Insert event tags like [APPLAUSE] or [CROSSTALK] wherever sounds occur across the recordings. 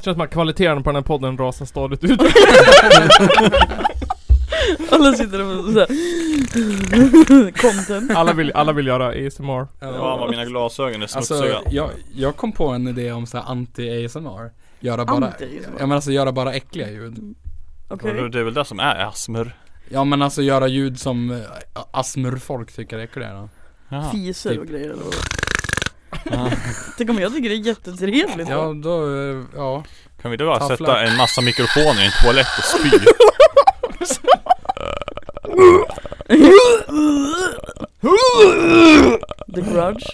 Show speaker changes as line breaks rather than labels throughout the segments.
Känns som att kvaliteten på den här podden rasar stadigt ut.
Alla sitter och såhär Content
[LAUGHS] Alla vill, alla vill göra ASMR.
Ja, vad mina glasögon är smutsiga.
Alltså, jag, jag kom på en idé om så här anti-ASMR. Göra bara,
Anti-ASMR?
ja men alltså göra bara äckliga ljud.
liksom. Okej
Det är väl det som är asmer.
Ja men alltså göra ljud som eh, asmurfolk tycker är äckliga.
Jaha.
Fiser och
typ.
grejer eller vad?
Ja.
Tänk om jag tycker det är jättetrevligt
Ja då, eh, ja.
Kan vi då bara
Tafflar.
sätta en massa mikrofoner i en toalett och spy?
The Grudge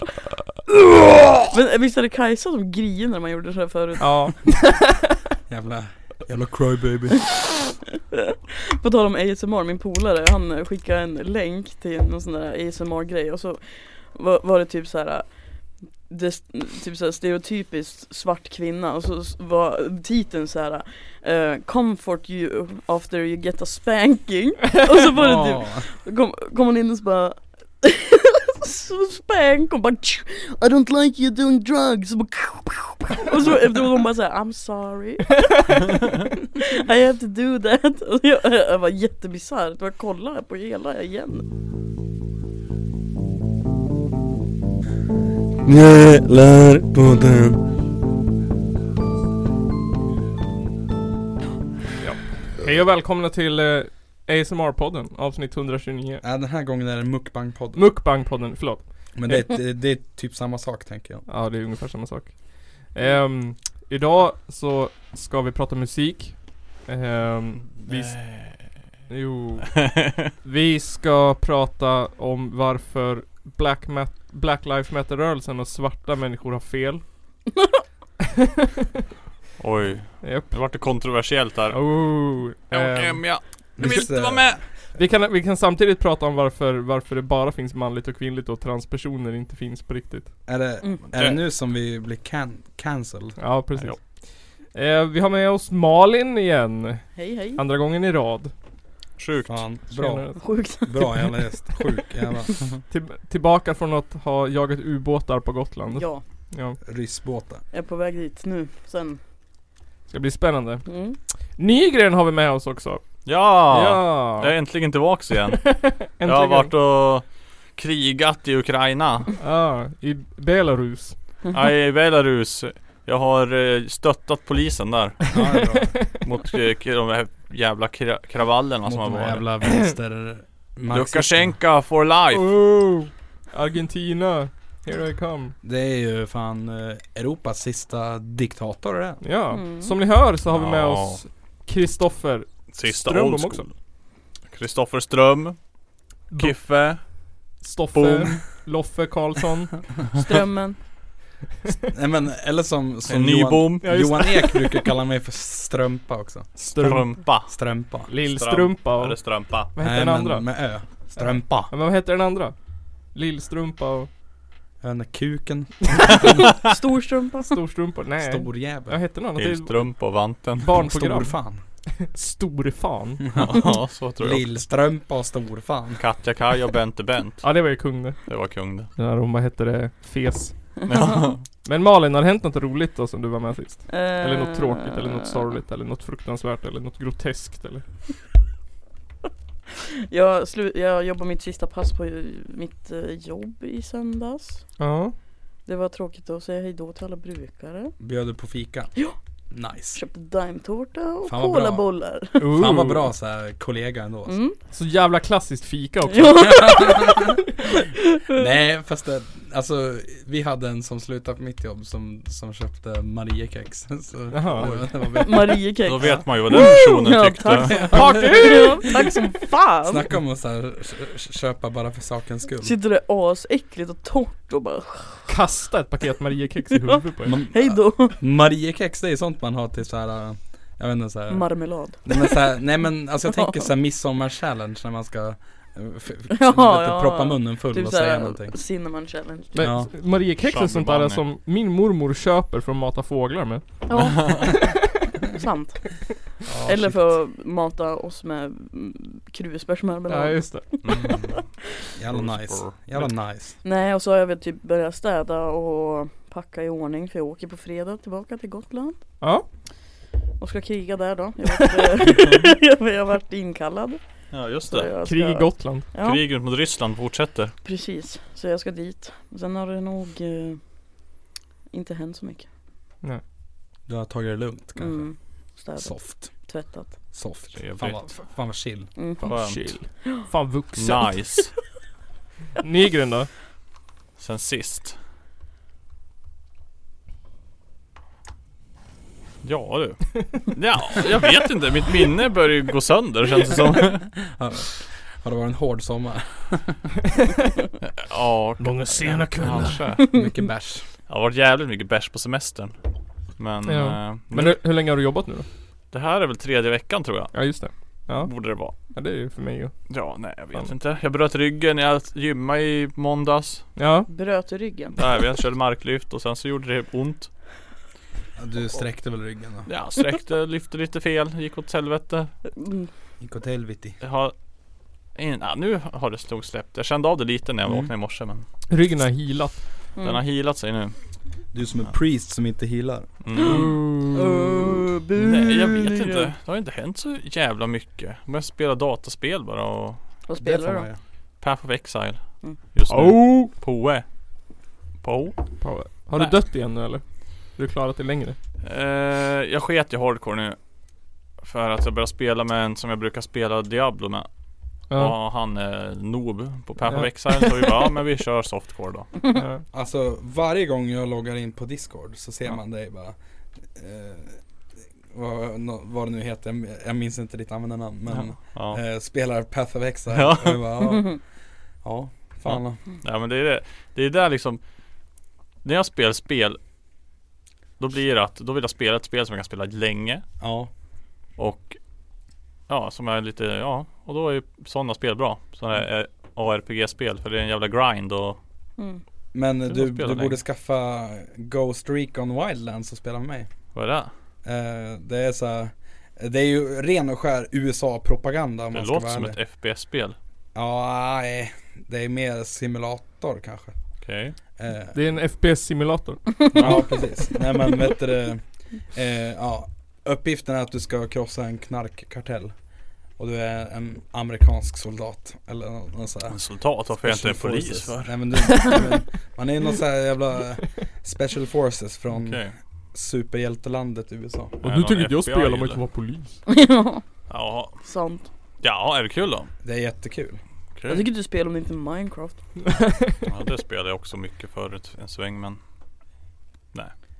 Men visst är det Kajsa som grinade när man gjorde så här förut?
Ja.
Jävla, jävla
[LAUGHS]
crybaby.
På tal om ASMR, min polare han skickade en länk till någon sån där ASMR grej och så var, var det typ så här. Det, typ såhär stereotypiskt svart kvinna och så s- var titeln såhär eh, Comfort you after you get a spanking [LAUGHS] Och så var det typ, kom, kom hon in och så bara så Spank och bara I don't like you doing drugs Och bara- Och så efteråt hon bara såhär I'm sorry I have to do that Och jag, jag var jättebisarrt och jag kollade på hela igen
Mälarpodden.
Hej och välkomna till eh, ASMR-podden, avsnitt 129.
Ja, den här gången är det en mukbang-podd.
Mukbang-podden, förlåt.
Men det, är- det, det är typ samma sak tänker jag.
Ja, det är ungefär samma sak. Ehm, idag så ska vi prata musik. Ehm, vi, jo, vi ska prata om varför Black, mat- Black Lives Matter-rörelsen och svarta människor har fel.
[LAUGHS] Oj,
Japp.
det vart det kontroversiellt där.
Oh, ehm,
Ehm, ja.
Du vill inte vara
med!
vi, kan, vi kan samtidigt prata om varför, varför det bara finns manligt och kvinnligt och transpersoner inte finns på riktigt.
Är det,
Mm.
är det nu som vi blir can- cancelled?
Ja, precis.
Ja.
Eh, vi har med oss Malin igen.
Hej hej
Andra gången i rad.
Sjukt.
Fan, bra.
Tjenare.
Sjukt
Bra jävla gäst. Sjuk jävla
Till, tillbaka från att ha jagat ubåtar på Gotland.
Ja,
Ja.
ryssbåtar.
jag är på väg dit nu sen
Ska bli spännande.
mm.
Nygren har vi med oss också.
Ja!
Ja. [LAUGHS]
Jag Ah! är äntligen tillbaks igen.
Äntligen.
Jag har varit och krigat i Ukraina.
Ja, i Belarus.
Ja, I Belarus. Jag har eh, stöttat polisen där.
Ja, det är
[LAUGHS]
bra.
Mot eh, de här jävla kra- kravallerna som har
Mot de
varit.
jävla vänster...
Lukasjenko for life!
Oh, Argentina. Here I come.
Det är ju fan eh, Europas sista diktator det.
Ja,
Mm.
som ni hör så har vi med
Ja.
oss Kristoffer
Sista
Strömbom
old
också.
school. Kristoffer Ström, Kiffe, Boom.
Stoffe, Loffe Karlsson. [LAUGHS]
Strömmen
Nej men eller som, som Johan,
Nybom,
Ja, just
Johan Ek brukar kalla mig för strömpa också.
Strump.
Strumpa.
Strömpa.
Lillstrumpa.
Eller
Och,
Strömpa.
vad heter
Nej,
den
men
andra?
Med ö. Strömpa.
Ja, men vad heter den andra? Lillstrumpa och
Den där
[LAUGHS]
kuken. [LAUGHS]
Storstrumpa
storstrumpa? Nej. Jag
Storjävel.
hette något annat. Det är
Lillstrump och Vanten.
ett barnprogram.
Storfan.
Storfan.
[LAUGHS] ja, så tror jag.
Lillströmpa och storfan.
Katja Kaj och Bente Bent.
Ja det var ju kung det.
Det var
[LAUGHS]
kung det.
När hon, vad hette det, fes.
Ja.
Men Malin, har det hänt något roligt då som du var med sist? Eller något
Eh,
tråkigt eller något sorgligt eller något fruktansvärt eller något groteskt eller?
Eh, Jag, slu- jag jobbar mitt sista pass på eh, mitt eh, jobb i söndags
Ja.
Det var tråkigt att säga hejdå till alla brukare
Bjöd du på fika?
Ja.
Nice.
Köpte daimtårta och
Fan vad bra.
colabollar
Fan vad bra så här kollega ändå. alltså.
mm.
Så jävla klassiskt fika också.
ja.
Nej fast det, alltså vi hade en som slutade på mitt jobb som, som köpte Mariekex. [LAUGHS] Så,
Jaha.
det var-
[LAUGHS]
det var väl-
Mariekex
Då vet man ju vad den personen
Ja,
tyckte.
tack.
Party!
[LAUGHS] Ja, tack som fan!
Snacka om att så här, kö- köpa bara för sakens skull.
Sitter det asäckligt och torrt och bara
Kasta ett paket Mariekex i huvudet på er.
Man-
hejdå
Mariekex det är sånt man har till så här. äh, jag vet inte så här.
Marmelad
nej, men, så här, nej men alltså jag
[LAUGHS]
tänker så här midsommar-challenge när man ska äh, f- f-
Ja,
vet du,
ja, ja.
proppa munnen full
Typ
och säga
såhär
någonting.
cinnamon challenge
Men
Ja.
Mariekex är
Charlie
sånt där
Bunny.
som min mormor köper för att mata fåglar med.
Ja, [LAUGHS] sant
Ja,
Eller
shit.
för att mata oss med mm, krusbärsmarmelad
Ja just det.
Mm.
Jävla nice. Jävla nice.
Nej och så har jag väl typ börjat städa och packa i ordning för jag åker på fredag tillbaka till Gotland
Ja.
och ska kriga där då. Jag har [LAUGHS] jag, jag varit inkallad.
Ja just
Så
det.
jag ska-
Krig i Gotland.
Ja,
Kriget mot Ryssland fortsätter.
precis. Så jag ska dit. Sen har det nog eh, inte hänt så mycket.
Du har tagit det lugnt kanske?
Mm. Städat,
Soft.
tvättat.
Soft.
Trevligt.
Fan vad, fan vad chill.
Mm.
Skönt.
Chill. Fan vuxen. [LAUGHS]
Nice.
Nygren då?
Sen sist. Ja du. [LAUGHS] Ja, jag vet inte. Mitt minne börjar ju gå sönder känns
[LAUGHS]
det som.
Har, har det varit en hård [LAUGHS] sommar?
[LAUGHS] Ja,
Många sena
kanske.
Mycket bärs.
Det har varit jävligt mycket bärs på semestern. Men,
Ja.
eh,
Men hur, hur länge har du jobbat nu då?
det här är väl tredje veckan tror jag.
Ja just det. Ja,
Borde det vara.
ja det är ju för mig ju.
Ja, nej jag vet
Fan.
inte. Jag bröt ryggen, jag gymmade i måndags.
Ja.
Bröt i ryggen.
Där, jag körde marklyft och sen så gjorde det ont.
Du sträckte väl ryggen då?
Ja, sträckte, lyfte lite fel, gick åt helvete.
Mm.
Gick åt helvete.
Jag har... In, ja, nu har det nog släppt. Jag kände av det lite när jag
Mm.
vaknade i morse men
Ryggen har healat.
den har
Mm.
healat sig nu.
Du som
en
priest som inte healar.
Mm.
[GASPS]
Uh, bu-
Nej jag vet inte. Det har inte hänt så jävla mycket. Men jag spelar dataspel bara och
Vad spelar du då?
Path of Exile.
Mm.
Just nu.
Oh!
Poe. Po.
Power. Har du
Nej.
dött igen nu eller? Du har klarat det längre?
Eh, jag sket i hardcore nu. För att jag började spela med en som jag brukar spela Diablo med.
Ja.
Och han är noob på Path
Ja.
of Exile. Så vi bara, ja men vi kör softcore då.
ja.
Alltså varje gång jag loggar in på discord så ser
Ja.
man dig bara eh, vad, nå- vad det nu heter, jag- jag minns inte ditt användarnamn men
Ja.
eh, Spelar Path of Exile
Ja.
och jag bara,
[LAUGHS]
ja, ja fan
Ja men det är det. Det är där liksom När jag spelar spel Då blir det att, då vill jag spela ett spel som jag kan spela länge
ja.
Och Ja som är lite, ja och då är ju sådana spel bra Sådana
Mm.
här eh, ARPG-spel för det är en jävla grind och
Mm.
Men
måste
du, du
spela länge.
borde skaffa Ghost Recon Wildlands och spela med mig
Vad är det?
eh, Det är så här, det är ju ren och skär USA-propaganda om
Det
man ska
låter
vara
som
ärlig.
ett FPS-spel
Ja, nej, det är mer simulator kanske
Okej
eh,
Det är en FPS-simulator.
Ja precis, nej men vet du det, eh, ja, Uppgiften är att du ska krossa en knarkkartell Och du är en amerikansk soldat eller nå- något sånt här.
Resultat, varför är jag inte en
Special
polis
forces.
för?
Nej men du, men man är ju någon sån här jävla Special Forces från
Okej
superhjältelandet USA
Och
Är
du
någon
tycker inte jag
FBI
spelar om
eller?
jag inte var polis?
ja,
Ja,
sant.
ja är det kul då?
Det är jättekul
Okej
Jag tycker du spelar om det inte är Minecraft.
Ja det spelade jag också mycket förut en sväng men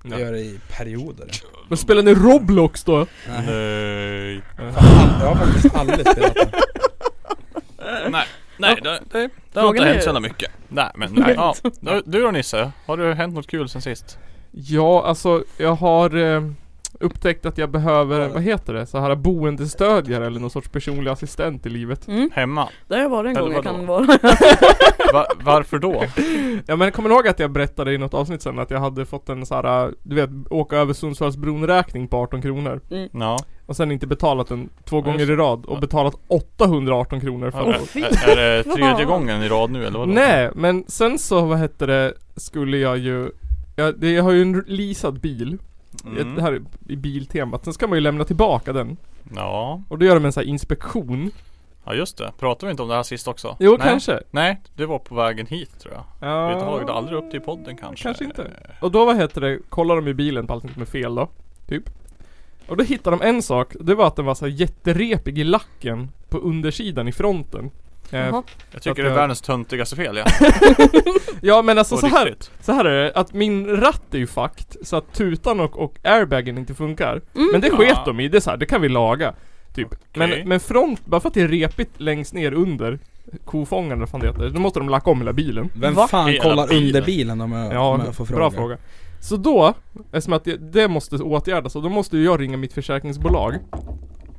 Jag gör det i perioder
Men spelar ni Roblox då?
Nej,
Nej
fan, jag har faktiskt aldrig spelat det
Nej, nej det, det, det har
Frågan
inte
är-
hänt så jävla mycket. Nej men nej. Ja. Du- Du då Nisse, har du hänt något kul sen sist?
Ja, alltså jag har eh, upptäckt att jag behöver, vad heter det? Så här boendestödjare eller någon sorts personlig assistent i
[LAUGHS]
livet.
Mm.
Hemma?
Där har jag varit en
Eller
gång, jag
vadå?
kan [LAUGHS] vara
Va, varför då?
Ja men kommer ni ihåg att jag berättade i något avsnitt sen att jag hade fått en så här, du vet, åka över Sundsvallsbron räkning på 18 kronor.
Ja.
Och sen inte betalat den två
Ja, just
gånger i rad och
Ja.
betalat 818 kronor för
Är, är, är det tredje gången i rad nu eller vadå?
Nej, men sen så, vad hette det, skulle jag ju jag, det, jag har ju en leasad bil,
Mm.
det här är i biltemat. Sen ska man ju lämna tillbaka den.
Ja.
Och då gör de en sån här inspektion.
ja, just det. Pratade vi inte om det här sist också?
Jo,
nej.
kanske.
Nej, det var på vägen hit tror jag.
Ja.
Vi tog det aldrig upp till podden kanske.
Kanske inte. Och då, vad heter det, kollar de i bilen på allting som är fel då. Typ. Och då hittade de en sak, det var att den var så här jätterepig i lacken på undersidan i fronten. Eh,
Jaha.
Jag
Att
tycker det är
jag-
världens töntigaste fel ja.
ja men alltså [LAUGHS]
På
så här,
riktigt.
så här är det, att min ratt är ju fakt så att tutan och, och airbagen inte funkar.
Mm.
Men det
Ja.
sket de i, det är så här, det kan vi laga. Typ.
Okej.
Men, men front, bara för att det är repigt längst ner under kofångaren eller vad fan det heter, då måste de lacka om hela bilen.
Vem
Va?
fan
Hela
kollar
bilen.
under bilen om jag,
Ja,
om jag får fråga?
bra fråga. Så då, eftersom att det, det måste åtgärdas, och då måste ju jag ringa mitt försäkringsbolag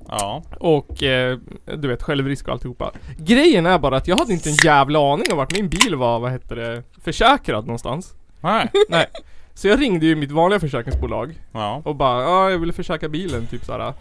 Ja.
och eh, du vet självrisk och alltihopa. Grejen är bara att jag hade inte en jävla aning om vart min bil var, vad heter det, försäkrad någonstans. [LAUGHS]
Nej.
Nej. Så jag ringde ju mitt vanliga försäkringsbolag
Ja.
och bara ja, jag ville försäkra bilen typ såhär.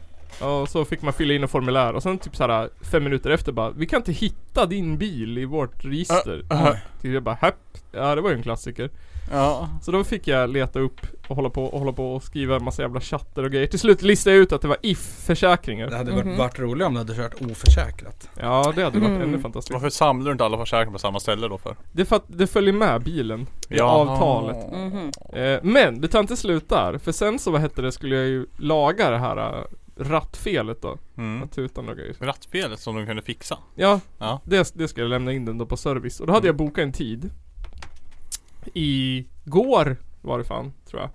Ja, och så fick man fylla in ett formulär och sen typ såhär fem minuter efter bara Vi kan inte hitta din bil i vårt register.
Äh,
Ja.
Typ jag bara häpp. Ja det var ju en klassiker.
Ja.
Så då fick jag leta upp och hålla på och hålla på och skriva en massa jävla chattar och grejer. Till slut listade jag ut att det var
Det
if-försäkringar.
hade varit,
Mhm.
varit roligare om du hade kört oförsäkrat.
Ja det hade varit
Mm.
ännu fantastiskt.
Varför samlar du inte alla försäkringar på samma ställe då för?
Det, är för att det följer med bilen. I
Jaha.
avtalet.
Mhm.
Eh, men det tar inte slut där. För sen så vad hette det skulle jag ju laga det här eh, rattfelet då.
Mm.
Att tutan och grejer.
Rattfelet som de kunde fixa.
Ja,
Ja.
Det, det ska jag lämna in den då på service. Och då hade
Mm.
jag bokat en tid. Igår var det fan, tror jag.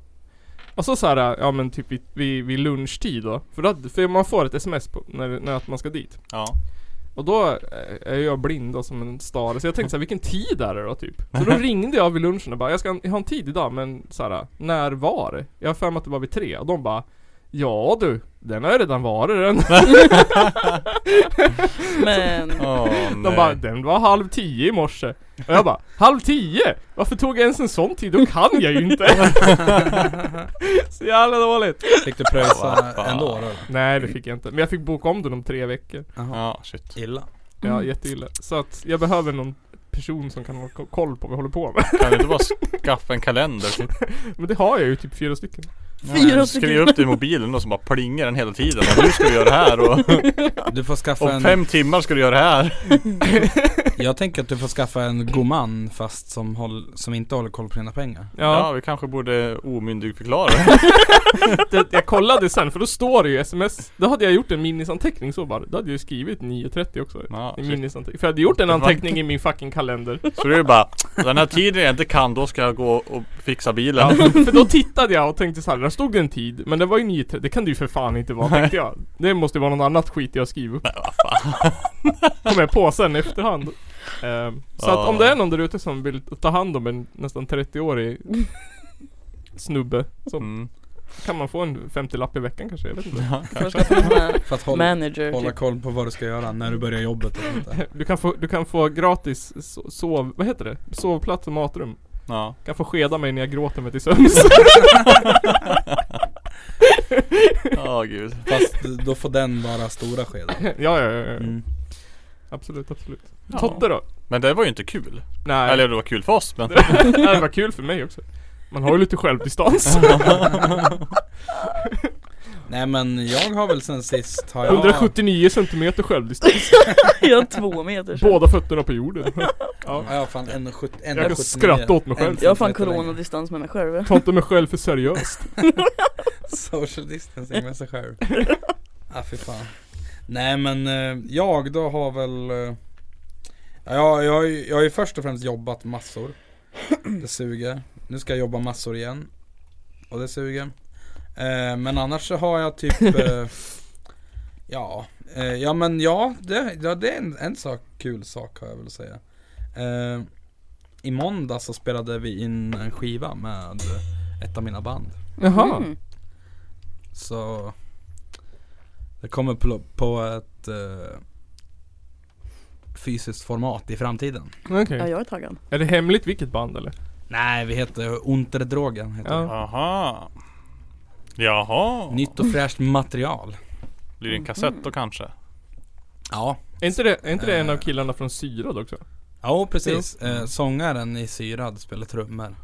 Och så så här, ja men typ vid, vid, vid lunchtid då. För, då, för man får ett sms på, när, när att man ska dit.
Ja.
Och då eh, är jag blind då som en stare. Så jag tänkte så här, vilken tid är det då typ? Så då ringde jag vid lunchen och bara, jag, ska, jag har en tid idag men så här, när var det? Jag har för mig att det var vid tre. Och de bara, ja du, den har ju redan varit den. [LAUGHS]
Men
[LAUGHS] Åh,
De
nej.
bara, den var halv tio i morse. Och jag bara, halv tio? Varför tog jag ens en sån tid? Då kan jag ju
[LAUGHS]
inte. Så jävla dåligt.
Fick du
Vad
pröjsa
fan.
ändå då?
Nej det fick jag inte. Men jag fick boka om den om tre veckor.
Ja, shit.
Illa.
Ja jätteilla. Så att jag behöver någon person som kan ha ko- koll på vad jag håller på med. [LAUGHS]
Kan du inte bara skaffa en kalender? Typ?
Men det har jag ju typ fyra stycken.
Fyra
Ja,
stycken.
Skriv upp det i mobilen då som bara plingar den hela tiden. Och nu ska du göra det här och
Du får skaffa
om
en...
fem timmar ska du göra det här.
Jag tänker att du får skaffa en god man fast som, håll, som inte håller koll på dina pengar.
Ja,
Ja,
vi kanske borde omyndigförklara
[LAUGHS]
det.
det, jag kollade sen för då står det ju sms. Då hade jag gjort en minisanteckning så bara. Då hade jag ju skrivit 9.30 också.
Ja,
I
shit.
minisanteckning. För jag hade gjort en anteckning i min fucking kalender.
Så det är bara, den här tiden jag inte kan då ska jag gå och fixa bilen.
Ja, [LAUGHS] för då tittade jag och tänkte så här, där stod det en tid, men det var ju 9.30, det kan det ju för fan inte vara tänkte jag. Det måste ju vara något annat skit jag skriver upp. Nej [LAUGHS] Kom jag på sen i efterhand. Ehm, så att om
Ja.
det är någon där ute som vill ta hand om en nästan 30-årig snubbe, så
Mm.
kan man få en 50-lapp i veckan kanske, jag vet inte.
Ja,
först att de är
För att hålla,
manager
hålla
typ.
koll på vad du ska göra när du börjar jobbet och sånt där.
Du kan få, du kan få gratis so- sov, vad heter det? Sovplats och matrum. [LAUGHS]
ja.
Kan få skeda mig när jag gråter mig till
[LAUGHS]
sömns.
Ja, gud.
Fast då får den vara stora skedar.
ja, ja, ja, ja.
Mm.
Absolut, absolut.
Ja.
Totte då?
Men det var ju inte kul.
Nej.
Eller det var kul för oss men
Nej, det var kul för mig också. Man har ju lite självdistans.
Nej men jag har väl sen sist har jag
179 centimeter självdistans.
[LAUGHS] Jag har två meter sedan.
Båda fötterna på
[LAUGHS]
jorden. Ja.
Ja, jag har fan en, sjut- en
Jag kan skratta åt mig själv.
Jag har fan coronadistans med mig själv.
Ta inte mig själv för seriöst.
Social distancing med sig själv. ah fy fan. Nej men eh, jag då har väl eh, ja, jag, jag, har ju- jag har ju först och främst jobbat massor. Det suger. Nu ska jag jobba massor igen. Och det suger. Eh, men annars så har jag typ eh, Ja, eh, ja men ja det, ja, det är en, en sak, kul sak har jag väl att säga. Eh, I måndag så spelade vi in en skiva med ett av mina band.
Jaha.
Mm.
Så det kommer på, på ett eh, fysiskt format i framtiden.
Okej.
Ja, jag är taggad.
Är det hemligt vilket band eller?
Nej, vi heter Unterdrogen. Heter
Ja.
vi.
Aha. Jaha.
Nytt och fräscht material.
Blir det en kassett då kanske?
Ja,
Är inte det, är inte det en av
Eh.
killarna från Syrad också?
ja precis. Eh, sångaren i Syrad spelar trummor.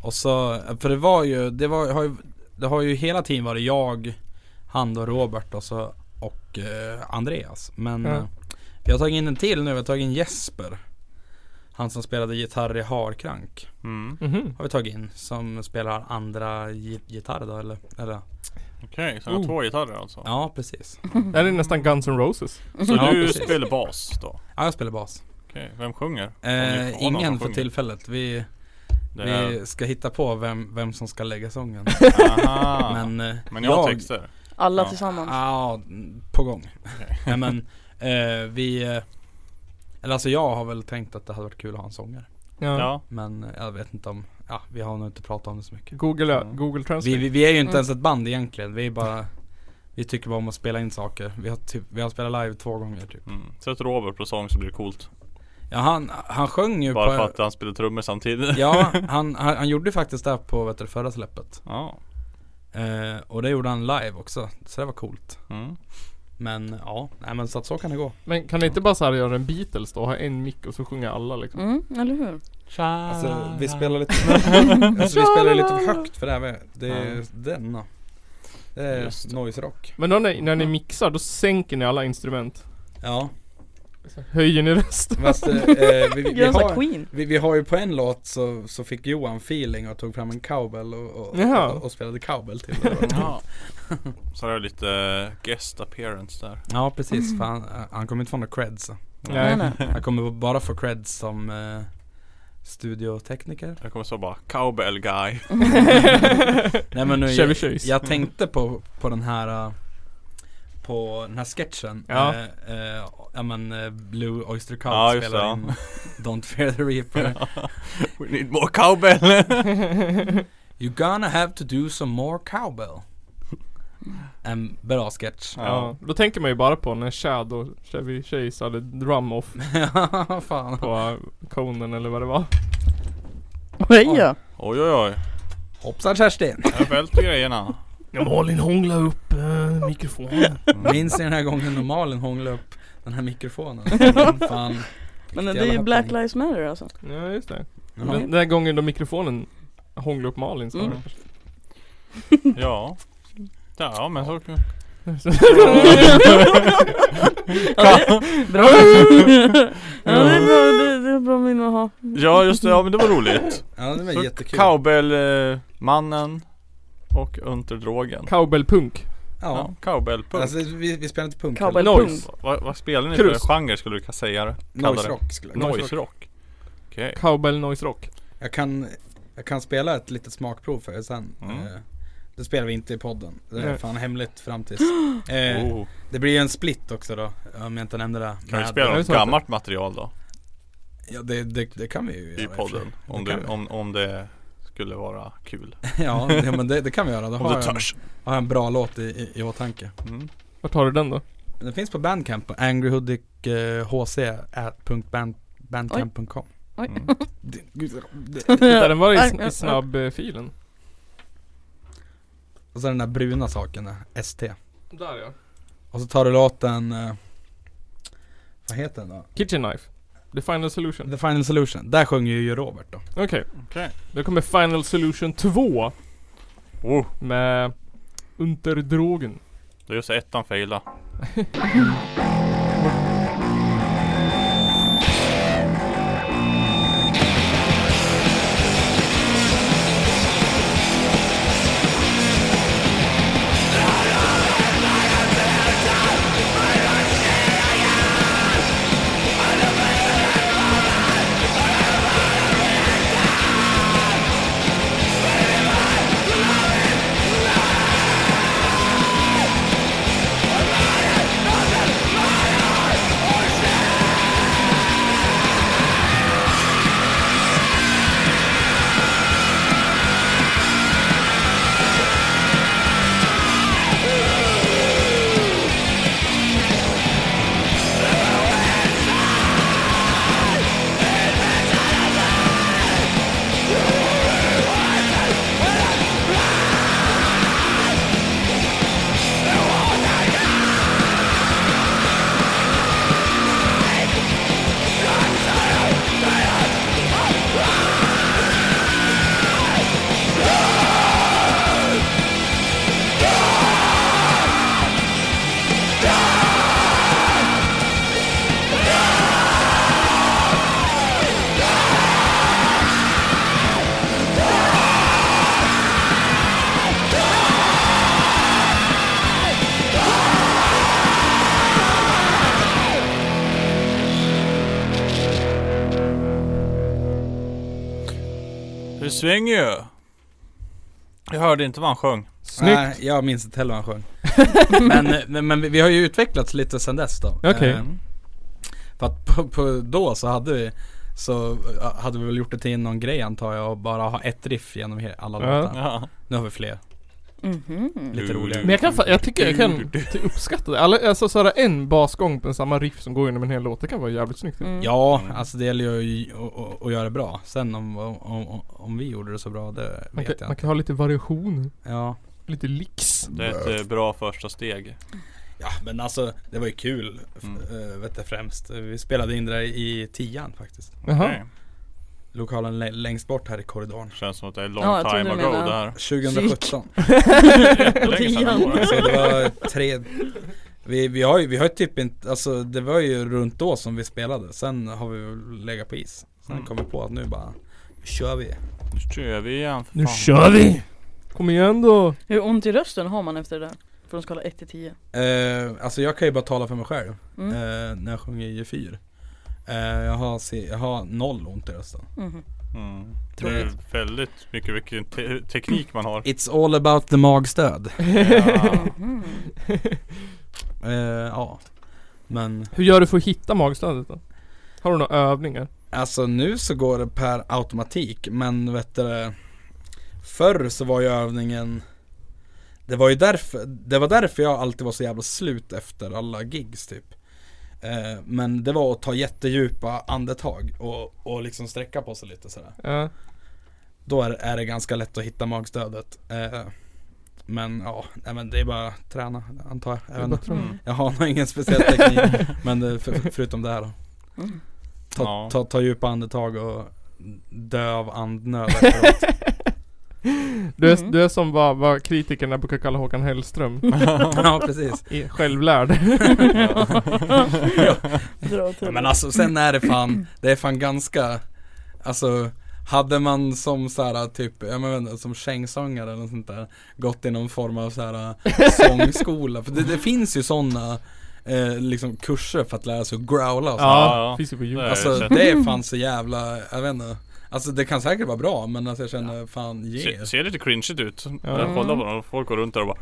Och så, för det var ju, det var, har ju, det har ju hela tiden varit jag, han och Robert och så och eh, Andreas. Men
Ja.
eh, vi har tagit in en till nu, vi har tagit in Jesper. Han som spelade gitarr i Harkrank.
Mm.
Mhm.
har vi tagit in som spelar andra gi- gitarr då eller? eller?
Okej, så jag har
Oh.
två gitarrer alltså?
Ja precis.
Det här Mm-hmm. är nästan Guns N' Roses.
Så
Ja,
du
precis.
spelar bas då?
Ja jag spelar bas.
Okej, vem sjunger? Om ni
Eh,
har någon som
ingen för
sjunger.
tillfället. Vi, [LAUGHS]
Det är...
vi ska hitta på vem, vem som ska lägga sången.
Aha. Ah, Men,
Men, eh,
jag har texter?
Alla
Ja.
tillsammans.
Ja, Ah. på gång. Nej men eh, vi eh, Eller alltså jag har väl tänkt att det hade varit kul att ha en sångare.
Ja.
Ja.
Men eh, jag vet inte om Ja vi har nog inte pratat om det så mycket.
Google,
Ja.
Google
Vi,
Translate.
vi, vi är ju inte
Mm.
ens ett band egentligen. Vi är bara Vi tycker bara om att spela in saker. Vi har, typ, vi har spelat live två gånger typ.
Mm. Sätt Robert på sång så blir det coolt.
Ja han, han sjöng ju
Bara
på
för att han spelar trummor samtidigt.
Ja, han, han, han gjorde ju faktiskt det här på vet du, förra släppet.
[LAUGHS] Ja.
Eh, och det gjorde han live också, så det var coolt.
Mm.
Men ja, nej men så att så kan det gå.
Men kan ni inte bara så här göra en Beatles då? Ha en mick och så sjunga alla liksom?
Mm, eller hur?
Ah.
Alltså vi spelar lite [LAUGHS] alltså, vi spelar lite för högt för det här med. Det är
Ja.
denna. Det är
Just det.
noise rock.
Men då när, när ni mixar, då sänker ni alla instrument?
Ja,
Så Höjer ni rösten? [LAUGHS]
fast eh, eh,
[LAUGHS]
vi, vi,
Gör en sån här
har,
Queen.
vi, vi har ju på en låt så, så fick Johan feeling och tog fram en cowbell och, och,
Jaha.
och, och spelade cowbell till det.
Ja. Så det är lite eh, guest appearance där.
[LAUGHS] Ja precis, för han, han kommer inte få några creds.
Nej.
Nej,
[LAUGHS]
nej.
Han kommer bara få creds som eh, studiotekniker.
Jag kommer så bara cowbell guy. [LAUGHS]
Nej men nu,
Chevy
jag,
Chase. Mm.
jag tänkte på, på den här eh, På den här sketchen
Ja.
eh, eh, Ja men eh, Blue Oyster Cult
Ja, just
spelar
det, ja.
in [LAUGHS] Don't Fear the Reaper
We need more cowbell. [LAUGHS]
You're gonna have to do some more cowbell En bra
[LAUGHS]
sketch [LAUGHS]
Ja, då tänker man ju bara på när Chad och Chevy Chase hade drum-off
Ja, fan
på eh, konen eller vad det var.
Oj ja.
Oj oj oj.
Hoppsan Kerstin!
Jag välter grejerna.
Ja, Malin hångla upp eh, mikrofonen.
Minns ni den här gången när Malin hånglade upp den här
[LAUGHS]
mikrofonen? fan
Men det är ju
Jävla
Black
happening.
Lives Matter alltså.
Ja, just det.
Ja.
Den, den där gången då mikrofonen hånglade upp Malin så.
Mm.
Ja. Ja men så.
Ja, det är bra. ja, det, är bra det, det är bra minne att ha.
Ja just det, ja men det var roligt.
Ja det var
Så
jättekul
Cowbell-mannen och unterdrogen.
Cowbellpunk.
Ja,
Ja, cowbell-punk.
alltså vi, vi spelar inte punk
Cowbell.
heller.
Cowbellpunk.
Noise.
Vad, vad spelar ni
Krust.
för genre skulle du kunna säga det? Kalla
Noise
det.
rock skulle jag
Noise
Noise rock. Okej.
Cowbell noise rock.
Jag kan, jag kan spela ett litet smakprov för er sen.
Mm.
Eh, Det spelar vi inte i podden. Det är
Nej.
fan hemligt fram tills. Eh,
Oh.
Det blir ju en split också då. Om jag inte nämnde det.
Kan vi
Med-
spela
det
något
sa jag inte.
gammalt material då?
Ja det, det, det kan vi ju göra
I
och för sig.
podden?
Det
Om,
kan
du,
vi.
om, om det skulle vara kul.
[LAUGHS] ja det, men det, det kan vi göra. Då
Om
har
du
jag, en,
törs.
har jag en bra låt i, i, i åtanke.
Mm.
Vart har du den då?
Den finns på eh, Bandcamp. angryhoodichhc.bandcamp.com
Oj.
Mm.
Det- gud, det-
Där den var i, sn- i eh, snabbfilen.
Och så den där bruna saken, där, ST.
Där ja.
Och så tar du låten, eh, vad heter den då?
Kitchen knife. The final solution.
The Final Solution, där sjunger ju Robert då.
Okej.
[LAUGHS] Okej.
Då kommer final solution 2
Oh,
med Unterdrogen.
det är just ettan faila. Det svänger ju. Jag hörde inte vad han sjöng.
Snyggt!
Nej, jag minns inte heller vad han
[LAUGHS]
sjöng. men, eh, men, men vi- vi har ju utvecklats lite sen dess då.
Okej.
Eh, För att på, på då så hade vi, så eh, hade vi väl gjort det till någon grej antar jag och bara ha ett riff genom he- alla
Ja.
låtar.
Ja.
Nu har vi fler.
Mhm.
Lite
Du-
roligare.
Men jag kan fa- jag tycker jag kan ty- uppskatta det. Alla, alltså såhär en basgång på samma riff som går genom en hel låt, det kan vara jävligt snyggt.
Mm.
Ja,
Mm.
alltså det gäller ju att- att- att- att göra det bra. Sen om, om, om, om vi gjorde det så bra, det
Man
vet
kan,
jag
man
inte.
kan ha lite variation.
Ja.
Lite lix.
Det är ett eh, bra första steg.
Ja men alltså det var ju kul. Mm.
Mm.
vet du, främst. Vi spelade in det där i tian faktiskt.
Jaha.
Okej.
Lokalen lä- längst bort här i korridoren.
Känns som att det är long
Ja, jag
time
trodde
ago
du menade-
det
[LAUGHS]
här.
2017.
På
Jättelänge sedan det
tian.
var.
Så det var tre vi, vi har ju vi har ju typ inte, alltså det var ju runt då som vi spelade. Sen har vi väl legat på is. Sen
Mm.
kom vi på att nu bara, nu kör vi.
Nu kör vi igen för
Nu
fan.
kör vi! Kom igen då!
Hur ont i rösten har man efter det där? Från skala 1 till 10
Eh, alltså jag kan ju bara tala för mig själv.
mm.
eh, när jag sjunger i fyr. Eh, jag, har se, jag har noll ont i rösten.
Mhm.
Mm. Det är
Tråkigt
väldigt mycket vilken te- teknik man har.
It's all about the magstöd.
Ja.
Mhm.
Eh, ja. Men
[LAUGHS] Hur gör du för att hitta magstödet då? Har du några övningar?
alltså nu så går det per automatik. Men vet du det, Förr så var ju övningen Det var ju därför, det var därför jag alltid var så jävla slut efter alla gigs typ. Eh, men det var att ta jättedjupa andetag och, och liksom sträcka på sig lite sådär.
Ja.
Då är, är det ganska lätt att hitta magstödet. Eh, men ja, nej, men det är bara att träna antar jag. jag. vet inte.
Mm.
Jag har nog ingen speciell teknik. men det, för, förutom det här då.
Mm.
Ta,
Ja.
ta, ta djupa andetag och dö av
[LAUGHS]
andnöd [LAUGHS] efteråt.
Du, är,
Mm.
du är som vad, vad kritikerna brukar kalla Håkan Hellström.
Mm. Ja precis.
I- Självlärd.
[LAUGHS] Dra till.
Ja, men alltså sen är det fan, det är fan ganska, alltså hade man som såhär typ, jag menar som kängsångare eller något sånt där Gått i någon form av
[LAUGHS]
såhär sångskola, för det, det finns ju sådana eh, liksom kurser för att lära sig att growla och så.
ja,
Ja, ja.
finns ju på
Det är
youtube.
Alltså
det.
det är fan så jävla, jag vet inte Alltså det kan säkert vara bra men alltså jag känner fan ge
Se,
er.
ser lite cringeigt ut.
Ja.
När jag kollar på dem. Folk går runt där och bara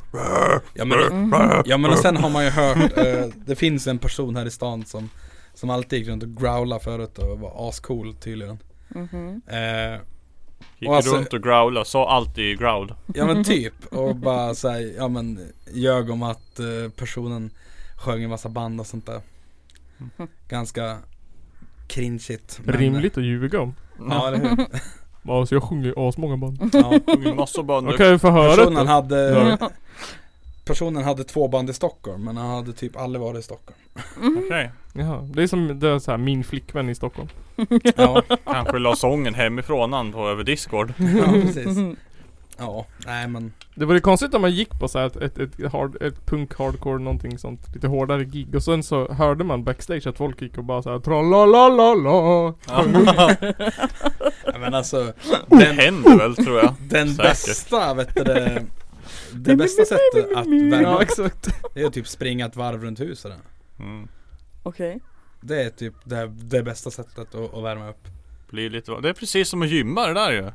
ja, men,
Mm-hmm.
ja men och sen har man ju hört, eh, det finns en person här i stan som Som alltid gick runt och growlade förut och var ascool tydligen
Mhm.
eh,
Gick
Och alltså-
runt och growlade, sa alltid growl.
Ja men typ, och bara såhär, ja men ljög om att eh, personen sjöng en massa band och sånt där Ganska cringeigt men- eh,
Rimligt att ljuga om.
Ja
Mm.
eller hur?
[LAUGHS] Ja, Alltså jag sjunger ju asmånga band.
Ja.
Sjunger massor band.
Jag kan ju få höra
Mm. Personen
det.
hade,
Ja.
personen hade två band i Stockholm men han hade typ aldrig varit i Stockholm
Okej.
Jaha. Det är som det är så här, min flickvän i Stockholm.
Ja, [LAUGHS]
Kanske la sången hemifrån han på över discord.
ja precis
Mhm.
Ja, nej men
Det var ju konstigt om man gick på så här ett, ett, ett, hard, ett punk hardcore någonting sånt lite hårdare gig och sen så hörde man backstage att folk gick och bara såhär tralalalala
[LAUGHS] Nej men alltså
Det
Den,
händer väl tror jag.
den
Säkert.
bästa vet du det, det bästa sättet att värma [LAUGHS]
Ja [LAUGHS]
upp
exakt
Det är typ springa ett varv runt huset
Mm.
Okej
Det är typ det, det bästa sättet att, att värma upp
Blir lite, det är precis som att gymma det där ju.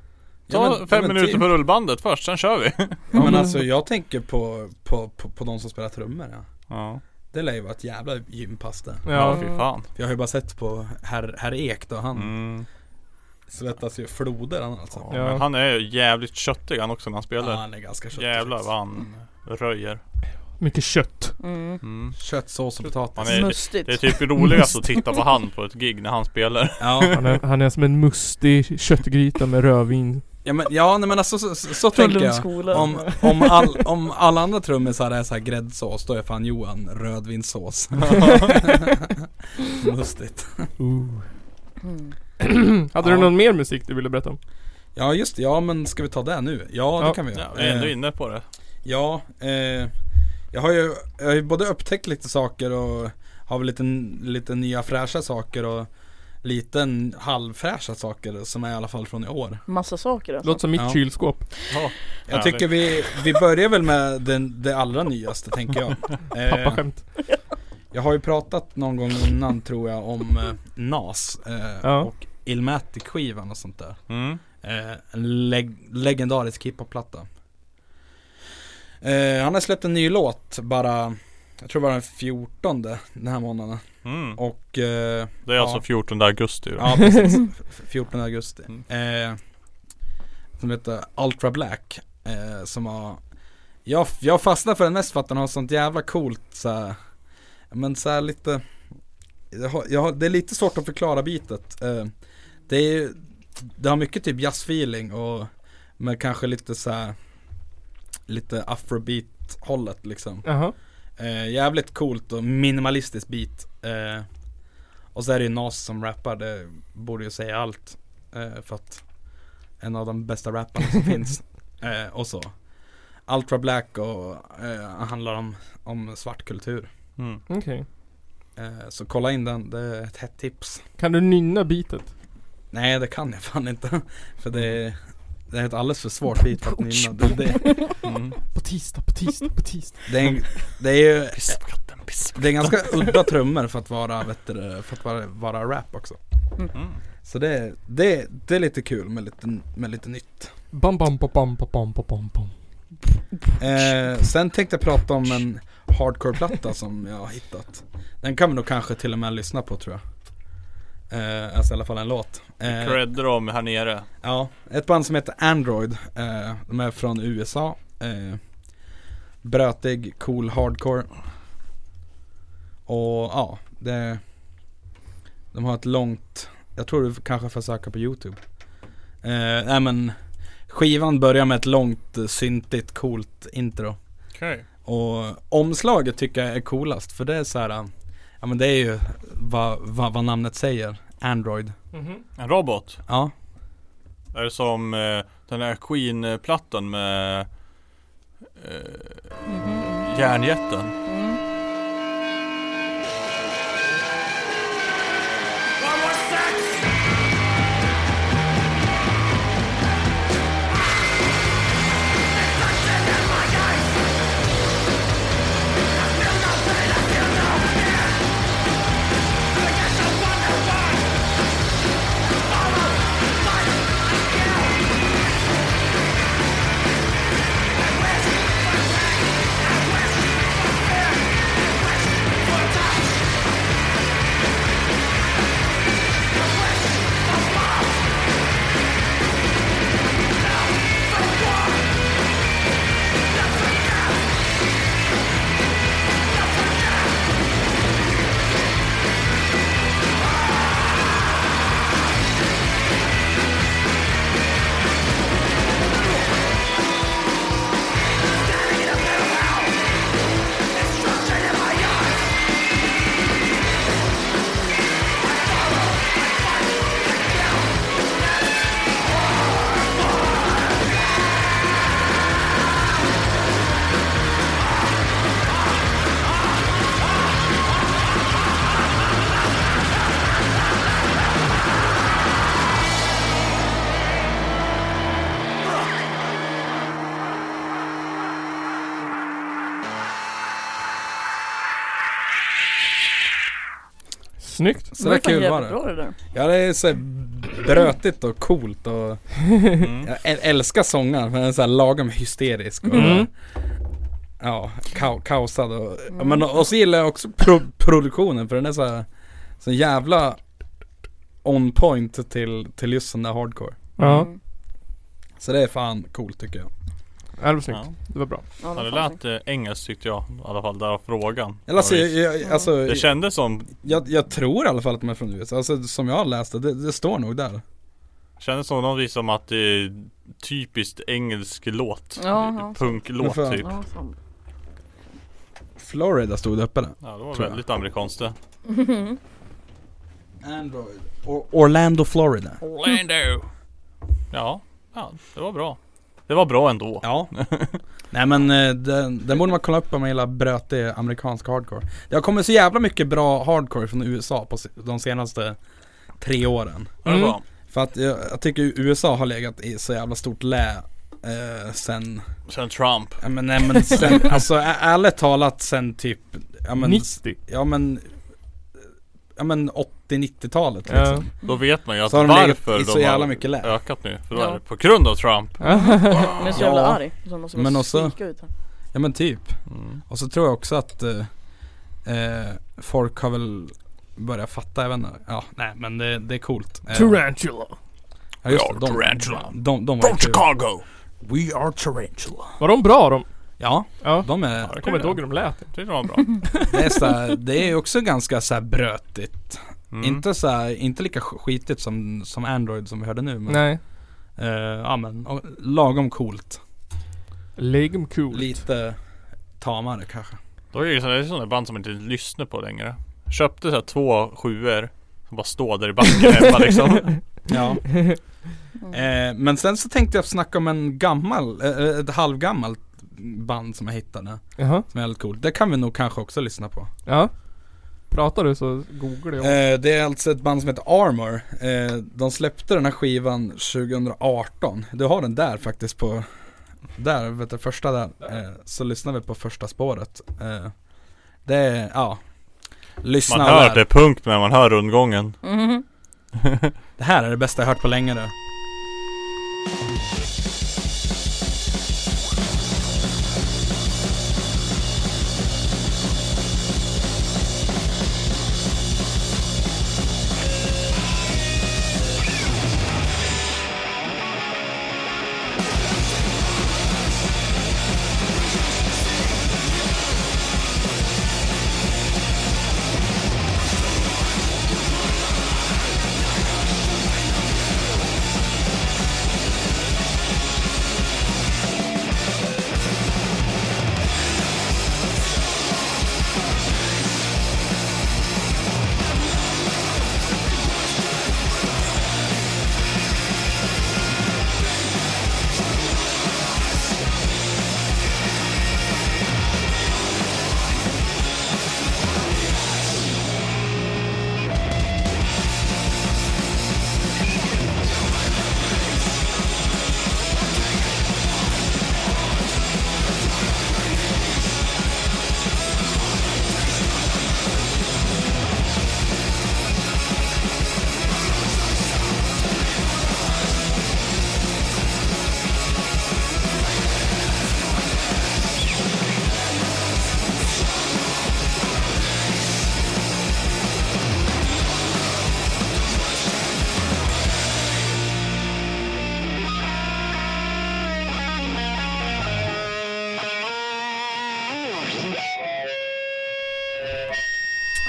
Ta
Ja, men-
fem
ja, men
minuter
typ.
på rullbandet först, sen kör vi.
Ja men alltså jag tänker på, på, på, på de som spelar trummor ja.
Ja,
Det lär ju vara ett jävla gympass det
Ja,
fy fan.
Jag har ju bara sett på herr, herr Ek då, han
Mm.
svettas ju floder han alltså
Ja,
Ja.
Men han är ju jävligt köttig han också när han
Ja,
spelar.
han är ganska köttig Mm.
Jävlar vad han röjer.
Mycket kött
mm.
Mm.
Köttsås och potatis
Han är-
Mustigt
Det är typ roligast att titta på han på ett gig när han spelar.
Ja,
han är, han är som en mustig köttgryta med rödvin
ja men, ja, nej, men alltså så, så,
Från
så tänker
Lunds
jag
skola
om, om, all, om alla andra trummisar är såhär gräddsås, då är fan Johan rödvinssås [LAUGHS] Mustigt
Ooh.
Mm.
Hade
Ja.
du någon mer musik du ville berätta om?
Ja just det, ja men ska vi ta det nu? Ja det
Ja.
kan vi
Ja,
göra
vi är ändå
Eh,
inne på det.
Ja, eh, jag, har ju, jag har ju både upptäckt lite saker och har väl lite, lite nya fräscha saker och lite n- halvfräscha saker som är i alla fall från i år.
Massa saker alltså
Låter som mitt
Ja.
kylskåp
Ja.
Jag
Ja,
tycker vi, vi börjar väl med den, det allra nyaste tänker jag. Eh,
Pappaskämt
jag har ju pratat någon gång innan tror jag om eh, NAS eh,
Ja.
och Illmatic-skivan och sånt där.
Mm.
Eh, en leg- legendarisk hiphopplatta. Eh, han har släppt en ny låt bara, jag tror det var den 14 den här månaden.
Mm.
Och eh,
Det är
Ja.
alltså 14 augusti. då. [LAUGHS]
ja precis, F- 14 augusti.
Mm.
Eh, som heter Ultra Black. Eh, som har, jag, jag fastnar för den mest för att den har sånt jävla coolt så här, men så här lite, jag har, jag har, det är lite svårt att förklara bitet. Eh, det är ju- det har mycket typ jazzfeeling och men kanske lite så här lite afrobeat hållet liksom.
Jaha.
Eh, jävligt coolt och minimalistiskt beat. Eh, och så är det ju Nas som rappar, det borde ju säga allt. Eh, för att en av de bästa rapparna som finns. Eh, och så. Ultra Black och eh, handlar om, om svart kultur.
Mm.
Okej.
Eh, så kolla in den, det är ett hett tips.
Kan du nynna bitet?
Nej det kan jag fan inte. [LAUGHS] För det är, det är ett alldeles för svårt beat för att nynna. Det, det,
Mm.
På tisdag, på tisdag, på tisdag.
det, är, en- det är ju
Pissa på katten, pissa på
det är ganska udda trummor för att vara, vet du, för att vara, vara rap också.
katten. Mm.
Så det, det, det är lite kul med lite, med lite nytt.
Bam bam bam bam bam bam bam bam bam.
Eh, sen tänkte jag prata om en hardcore-platta som jag har hittat. Den kan vi nog kanske till och med lyssna på tror jag. Eh, alltså i alla fall en låt. Eh,
Credda dem här nere.
ja, ett band som heter Android. Eh, de är från USA. Eh, brötig, cool hardcore. Och ja, det, de har ett långt, jag tror du kanske får söka på YouTube. Eh, nej men, skivan börjar med ett långt, eh, syntigt, coolt intro.
Okej.
Och omslaget tycker jag är coolast för det är så här, äh, ja men det är ju vad, vad, vad namnet säger, Android.
Mhm.
En robot.
Ja,
Är det som eh, den där Queen-plattan med eh, järnjätten?
Mm.
Snyggt.
så det är
fan
kul var
jävligt
det.
bra det där.
Ja det är så här brötigt och coolt och [LAUGHS]
Mm.
jag äl- älskar sångaren för den är så här lagom hysterisk och
Mm.
ja, ka- kaosad och, ja, men och så gillar jag också pro- produktionen för den är så här, så jävla on point till, till just sån där hardcore.
Ja.
Mm.
Så det är fan coolt tycker jag.
Ja, det var snyggt.
Ja.
Det var bra.
Ja,
Ja,
vad
det
fan
lät eh, engelskt tyckte jag i alla fall, därav frågan.
Eller alltså, jag, jag,
Ja.
alltså
det kändes som,
Jag, jag tror i alla fall att de är från USA, alltså som jag har läst det, det, det står nog där.
kändes som något vis som att det är typiskt engelsk låt.
Ja,
Punklåt
Men fan.
typ.
Ja, fan.
Florida stod det uppe där.
Ja, det var
Tror jag.
väldigt amerikanskt det.
Android. Orlando, Florida.
Orlando! Ja, ja, det var bra. Det var bra ändå.
Ja. [LAUGHS] Nej men eh, den, den borde man kolla upp om man gillar brötig amerikansk hardcore. Det har kommit så jävla mycket bra hardcore från USA på se- de senaste tre åren.
Ja, det
Mm.
var.
För att jag, jag tycker USA har legat i så jävla stort lä eh, sen,
Sen Trump.
ja men nej men sen, alltså ä- ärligt talat sen typ, ja men Liksom.
90.
Ja men Ja men 80-90-talet liksom.
Ja.
Då vet man ju att
Så har de legat
varför
i så
de
jävla
har
mycket lä.
ökat nu. För då
Ja.
är det på grund av Trump.
Men jag är så jävla
Ja.
arg. Så jag måste bara
Men också-
skrika ut här.
Ja men typ. Och så tror jag också att eh, eh, folk har väl börjat fatta, jag vet inte. Ja, nej men det, det är coolt.
[LAUGHS]
Eh,
Tarantula.
Ja, just
We
det, de,
are Tarantula.
De, de, de var
From
kul.
Chicago!
We are Tarantula.
Var de bra de?
Ja,
Ja.
de
Ja,
är,
det
Jag kommer inte ihåg hur de lät.
Tyckte det
[LAUGHS]
var bra.
det är så här, det är också ganska så här brötigt.
Mm.
Inte så här, inte lika sk- skitigt som, som Android som vi hörde nu. Men,
Nej.
eh, ja men, och, lagom coolt.
Lagom coolt.
Lite tamare kanske.
Då är det ju sådana, det är sådana band som man inte lyssnar på längre. Köpte såhär två sjuor som bara står där i
[LAUGHS]
backen hemma liksom.
Ja.
Mm.
Eh, men sen så tänkte jag snacka om en gammal, eh, ett halvgammalt band som jag hittade.
Jaha.
Som är väldigt coolt. Det kan vi nog kanske också lyssna på.
Ja. Pratar du så googlar jag.
Eh, det är alltså ett band som heter Armor. Eh, de släppte den här skivan 2018. Du har den där faktiskt på, där vet du, första där. Eh, så lyssnar vi på första spåret. Eh, det är, ja. Lyssna
Man hör typ-
där.
det punkt när man hör rundgången.
Mhm.
Det här är det bästa jag hört på länge nu.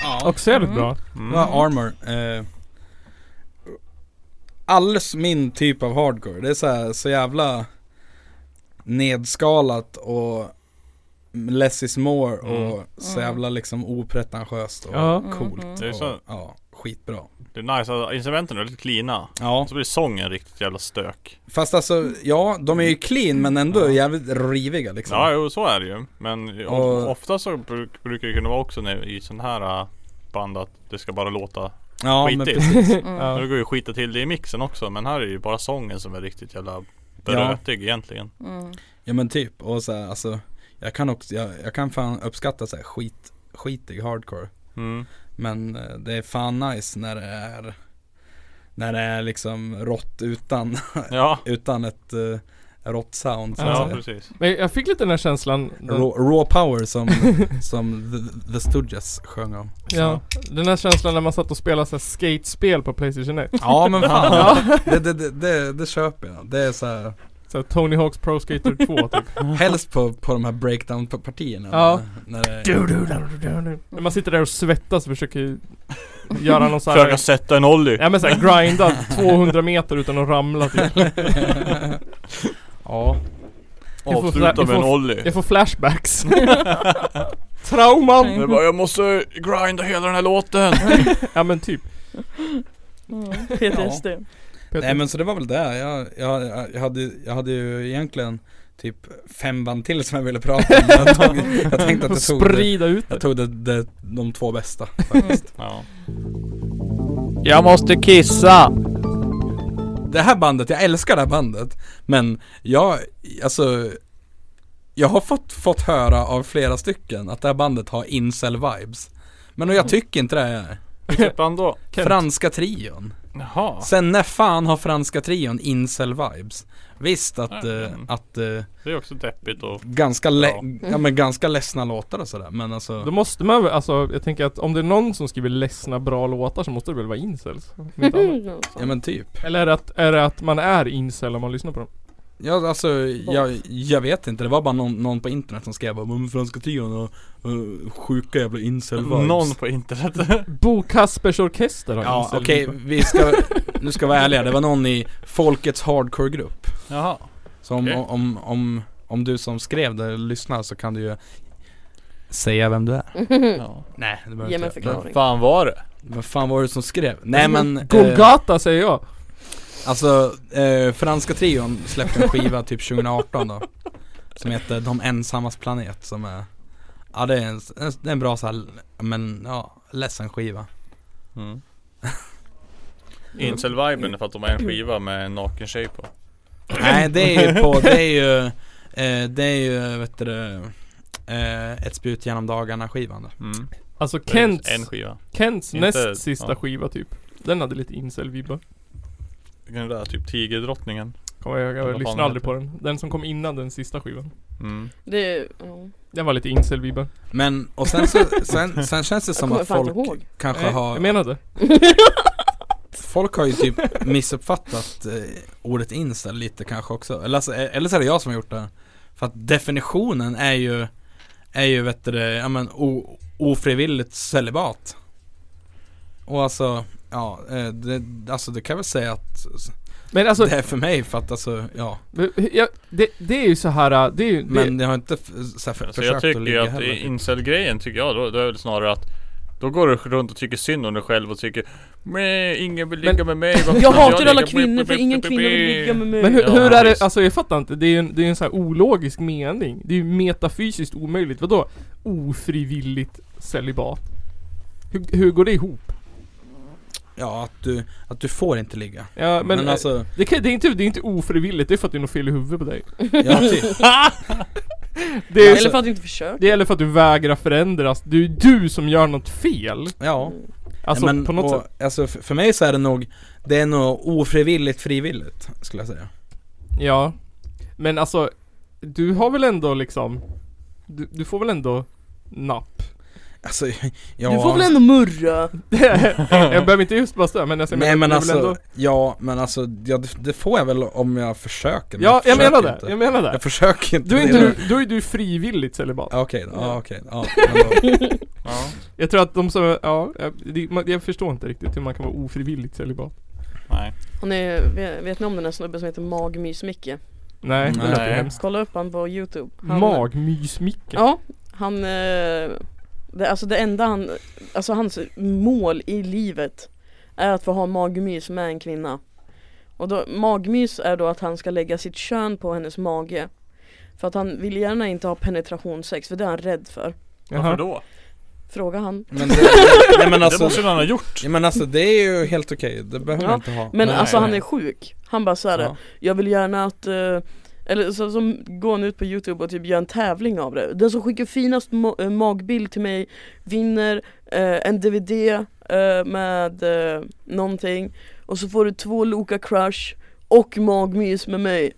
Ja.
Också jävligt
Mm.
bra.
Mm.
Det var Armor. Eh, alldeles min typ av hardcore. Det är så, här, så jävla nedskalat och less is more och så
Mm.
jävla liksom opretentiöst och
Ja.
coolt.
Mhm.
Det är så-
Och, ja, skitbra.
Det är nice, alltså, instrumenten är lite cleana.
Ja,
Och så blir sången riktigt jävla stök.
fast alltså ja, de är ju clean men ändå
Ja.
jävligt riviga liksom.
Ja, jo, så är det ju. Men o-
Och-
ofta så bruk, brukar det kunna vara också när, i sån här äh, band att det ska bara låta.
ja men
skitigt.
precis.
Mm.
Ja.
Ja.
Det går ju att skita till det i mixen också. Men här är ju bara sången som är riktigt jävla brötig egentligen.
Mm.
Ja men typ, och så här, alltså jag kan också, jag, jag kan fan uppskatta så här, skit, skitig hardcore.
Mm.
Men eh, det är fan nice när det är När det är liksom rått utan [LAUGHS]
Ja,
Utan ett uh, rått sound så
Ja,
att
ja
säga.
precis.
Men jag fick lite den här känslan.
Raw, raw power som, som the, the Stooges sjöng om
Ja, den här känslan när man satt och spelade så här skatespel på Playstation 1.
[LAUGHS] Ja men fan det, det, det, det, det köper jag Det är så här,
Så här, Tony Hawk's Pro Skater 2 typ.
Helst på, på de här breakdown-partierna
Ja.
när det
[LAUGHS]
är,
Du, du,
[LAUGHS]
du, du, du, du. När man sitter där och svettas och försöker göra någon så här.
Försöka sätta en ollie.
Ja men såhär grinda 200 meter utan att ramla typ.
Ja
Vi får flä-
Avsluta
vi
med en
får-
ollie.
Jag får
[LAUGHS]
flashbacks. Trauman!
Det är bara, jag måste grinda hela den här [LAUGHS] låten.
Ja men typ.
[LAUGHS] Mm. PTSD.
Peter.
Nej men så det var väl det. Jag, jag, jag, hade, jag hade ju egentligen typ fem band till som jag ville prata om. Jag, tog, jag tänkte att jag tog, det,
Sprida ut
jag
det.
tog det, det, de två bästa.
Ja. Jag måste kissa.
Det här bandet, jag älskar det här bandet. Men jag, alltså jag har fått, fått höra av flera stycken att det här bandet har incel-vibes. Men och jag tycker inte det är.
Vilket band då?
Franska trion.
Jaha.
Sen när fan har franska trion incel-vibes? Visst att, eh,
Mm.
att eh,
Det är också deppigt och...
Ganska,
Ja.
le- ja. men ganska ledsna låtar och sådär men alltså
Då måste man väl, alltså jag tänker att om det är någon som skriver ledsna bra låtar så måste det väl vara incels? om
Mm.
[LAUGHS]
inte annat.
Ja men typ
Eller är det, att, är det att man är incel om man lyssnar på dem?
Ja alltså jag, jag vet inte, det var bara någon, någon på internet som skrev om franska trion och eh, sjuka jävla incel
Någon på internet.
Bo Kaspers Orkester har
Ja
incel Alltså,
okej, vi ska, nu ska vi vara ärliga, det var någon i Folkets Hardcore-grupp
[LAUGHS] Jaha.
Som
Okej.
om, om, om Om du som skrev det lyssnar så kan du ju säga vem du är.
Ja.
Nej, det behöver
Ge mig en
inte göra.
förklaring.
Fan var det?
Vad fan var det som skrev? Nej men, eh,
Golgata säger jag!
alltså eh, franska trion släppte en skiva typ 2018 då. Som heter De ensammas planet som är Ja det är en, en, det är en bra såhär, men ja, ledsen skiva.
Mm. [LAUGHS] Incel-viben är för att de har en skiva med en naken tjej på
Nej det är ju på, det är ju, eh, det är ju vet du, det, eh, Ett spjut genom dagarna skivan då.
mm.
Alltså
Det är
Kents,
En skiva
Kents
Inte-
näst sista
ja.
skiva typ Den hade lite incel-vibbar
Den där typ Tigerdrottningen
Kommer jag, jag
Vad fan
lyssnade aldrig
heter
på den Den som kom innan den sista skivan
mm.
[LAUGHS] Det är, ja.
Den var lite incel-vibbar
Men, och sen så, sen, sen känns det som
kommer
att
fan inte
folk
ihåg.
kanske
Nej,
har
Eh, Jag menade
Folk har ju typ missuppfattat eh, ordet incel lite kanske också. Eller, alltså, eh, eller så är det jag som har gjort det. För att definitionen är ju, är ju vet du det, ja men o, ofrivilligt celibat. Och alltså, ja, eh, det, alltså det kan jag väl säga att
Men alltså,
det är för mig för att alltså, ja.
jag, det, det är ju så här. äh, det är ju det,
Men jag har inte f- så här, för,
Alltså
försökt
jag tycker
att
ju
ligga
att
typ.
heller.
incel-grejen tycker jag då, då är det snarare att Då går du runt och tycker synd om dig själv och tycker Nej, ingen vill ligga med mig varför ska
Jag hatar
ligga
alla
med-
kvinnor
med-
för
med-
ingen
med-
kvinna vill ligga med mig.
Men hur,
Ja,
hur är det,
visst.
alltså jag fattar inte, det är ju en, det är ju en sån här ologisk mening Det är ju metafysiskt omöjligt, vadå? Ofrivilligt celibat Hur, hur går det ihop?
Ja, att du, att du får inte ligga.
Ja men, eh, äh, [LAUGHS]
Men, alltså,
det, kan, det, är inte, det är inte ofrivilligt, det är för att det är något fel i huvudet på
[LAUGHS]
dig
ja, typ.
Det, är,
Eller för att du inte försöker.
det gäller för att du vägrar förändras, det är du som gör något fel
ja.
Alltså
Nej, men,
på något
och,
sätt
Alltså för, för mig så är det nog Det är nog ofrivilligt frivilligt skulle jag säga
Ja Men alltså Du har väl ändå liksom Du, du får väl ändå Napp
Alltså [LAUGHS] ja
Du får väl ändå murra?
[LAUGHS] Jag behöver inte just bara störa men jag säger
Nej
jag-
men
jag vill
alltså,
ändå,
ja men alltså ja, det, det får jag väl om jag försöker men
Ja jag
försöker
menar det,
inte.
jag menar det
Jag försöker inte
Då är,
det
inte
är-
du, då är du frivilligt celibat
Ja, Okej, ja
Ja.
okej, ja men då-
Ja,
Jag tror att de som, ja, jag, det- man- jag förstår inte riktigt hur man kan vara ofrivilligt celibat
nej
Han är, vet- vet ni om den här snubben som heter Magmys-Micke?
Nej, det
Nej.
låter ju hemskt
Kolla upp han på youtube han,
Magmysmicke
Ja, han eh, det, Alltså det enda han Alltså hans mål i livet Är att få ha magmys med en kvinna Och då, magmys är då att han ska lägga sitt kön på hennes mage För att han vill gärna inte ha penetrationssex, för det är han rädd för
varför
Jaha. [LAUGHS]
då?
Fråga han
men det, Nej men
det
alltså
måste någon ha
[LAUGHS]
gjort!
ja, men alltså det är ju helt okej, det behöver
Ja,
man inte ha
Men
Nej,
alltså han
nej.
är sjuk Han bara såhär
Ja.
Jag vill gärna att eh, eller så, så går han ut på youtube och typ gör en tävling av det Den som skickar finast ma- eh, magbild till mig vinner eh, en DVD eh, med eh, någonting Och så får du två Loka Crush och magmys med
[LAUGHS]
mig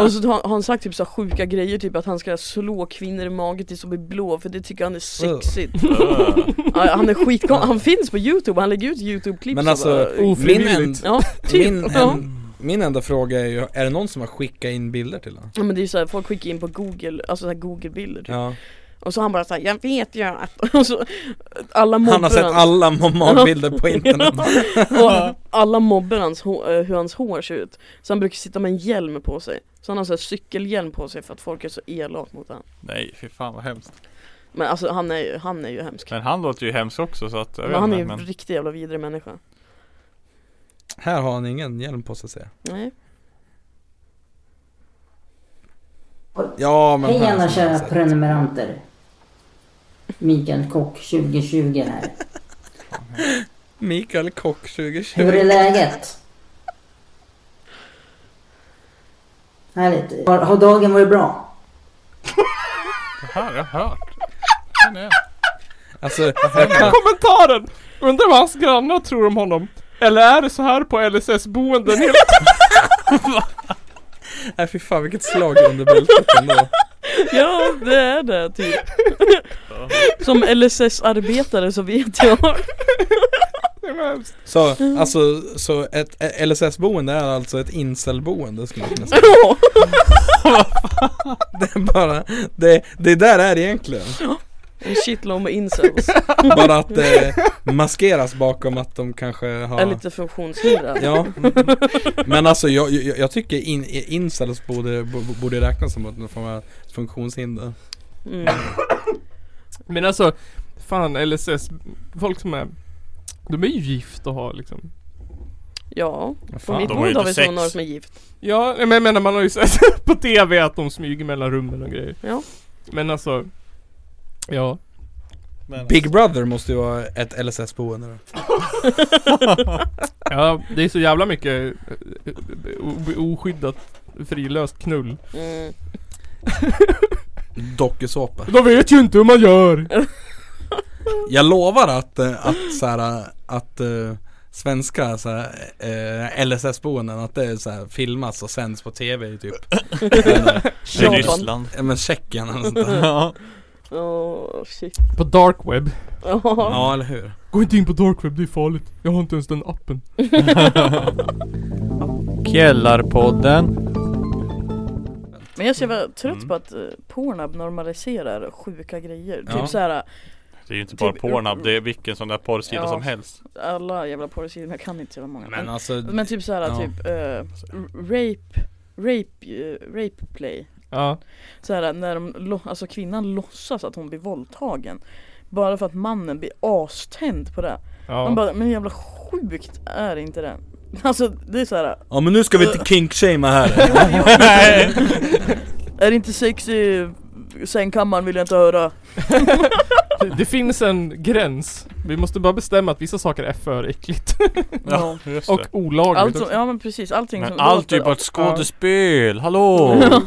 och så har har han sagt typ så här sjuka grejer, typ att han ska slå kvinnor i magen tills de blir blå för det tycker han är sexigt
Öh.
ja, Han är skitkom- han finns på youtube, han lägger ut youtube-klipp
Men
så
alltså,
bara- eh,
min, en,
Ofrivilligt.
Ja, typ.
min,
ja.
en, min enda fråga är ju, är det någon som har skickat in bilder till honom?
ja men det är ju såhär, folk skickar in på google, alltså såhär google-bilder typ.
Ja.
Och så han bara såhär, jag vet ju att... [LAUGHS] Och så, alla mobbar
Han har sett alla magbilder
[LAUGHS]
på internet
och alla mobbar hans, hå- eh, hur hans hår ser ut Så han brukar sitta med en hjälm på sig Så han har såhär cykelhjälm på sig för att folk är så elak mot honom
Nej, fy fan vad hemskt
Men alltså han är ju, han är ju hemsk
Men han låter ju hemsk också så att jag
Men
vet
han är
inte
ju en
men
riktig jävla vidrig människa
Här har han ingen hjälm på sig ser jag.
Nej
Ja men
Hej
här
alla
ser
kära
jag så.
prenumeranter. Mikael Kock 2020
[LAUGHS]
här.
Mikael Kock 2020
Hur är läget? Härligt. Har, har dagen varit bra?
Det här har jag hört Den är-
Alltså, jag kan,
Kommentaren! Undrar vad hans grannar tror om honom? Eller är det så här på LSS-boenden hela
nej äh, fy fan vilket slag under bältet ändå
[LAUGHS] Ja det är det typ [LAUGHS] Som LSS-arbetare så vet jag
tiden?
Så, alltså, så ett ett LSS-boende är alltså ett incelboende skulle jag kunna säga
[LAUGHS]
Det är bara, det, det där är det egentligen
En shitload med incels.
Bara att det maskeras bakom att de kanske har
Är lite funktionshindrad.
Ja
Mm.
Men alltså jag, jag, jag tycker in, incels borde, bo- borde räknas som någon form av funktionshinder
Mm.
Men alltså, fan LSS, folk som är, de är ju gift och har liksom
Ja,
Vad
på
fan.
mitt
de har ju
bord har vi
inte
sådana
sex.
som är gift.
Ja, men jag menar man har ju sett [LAUGHS] på TV att de smyger mellan rummen och grejer.
Ja.
Men alltså, ja.
Big Brother måste ju vara ett LSS-boende då.
ja det är så jävla mycket eh, o- oskyddat frilöst knull.
Mm.
Dokusåpa
De vet ju inte hur man gör!
Jag lovar att, eh, att såhär, att eh, svenska såhär, eh, LSS-boenden, att det såhär, filmas och sänds på TV i typ
[LAUGHS]
eller,
I
Japan.
Ryssland.
ja, men Tjeckien eller sånt där.
Ja.
Åh, shit.
På dark web.
Ja.
Ja eller hur?
Gå inte in på dark web, det är farligt. Jag har inte ens den appen.
[LAUGHS] Källarpodden.
Men jag ser väl trött
Mm.
på att eh, Pornhub normaliserar sjuka grejer.
Ja.
Typ såhär,
Det är ju inte bara
Typ-
Pornhub, det är vilken sån där porrsida
Ja.
som helst.
alla jävla porrsidor, jag kan inte så jävla många.
Men
Men,
alltså,
men typ såhär,
ja.
typ eh, r- rape, rape, eh, rape play.
Ja.
Så här när de, lo- alltså kvinnan låtsas att hon blir våldtagen Bara för att mannen blir aständ på det Man
Ja.
bara, men jävla sjukt är inte det? [LAUGHS] Alltså det är [LAUGHS] så här.
ja men nu ska vi inte kinkshamea här
Nej.
Är det inte sex i sängkammaren vill jag inte [LAUGHS] höra
[LAUGHS] Det, det finns en gräns. Vi måste bara bestämma att vissa saker är för äckligt.
Ja, just
Och
det.
olagligt
allt som,
också.
Ja men precis, allting
Men
som
allt är
typ
ju
låter-
bara ett skådespel, hallå!
[LAUGHS] Ja.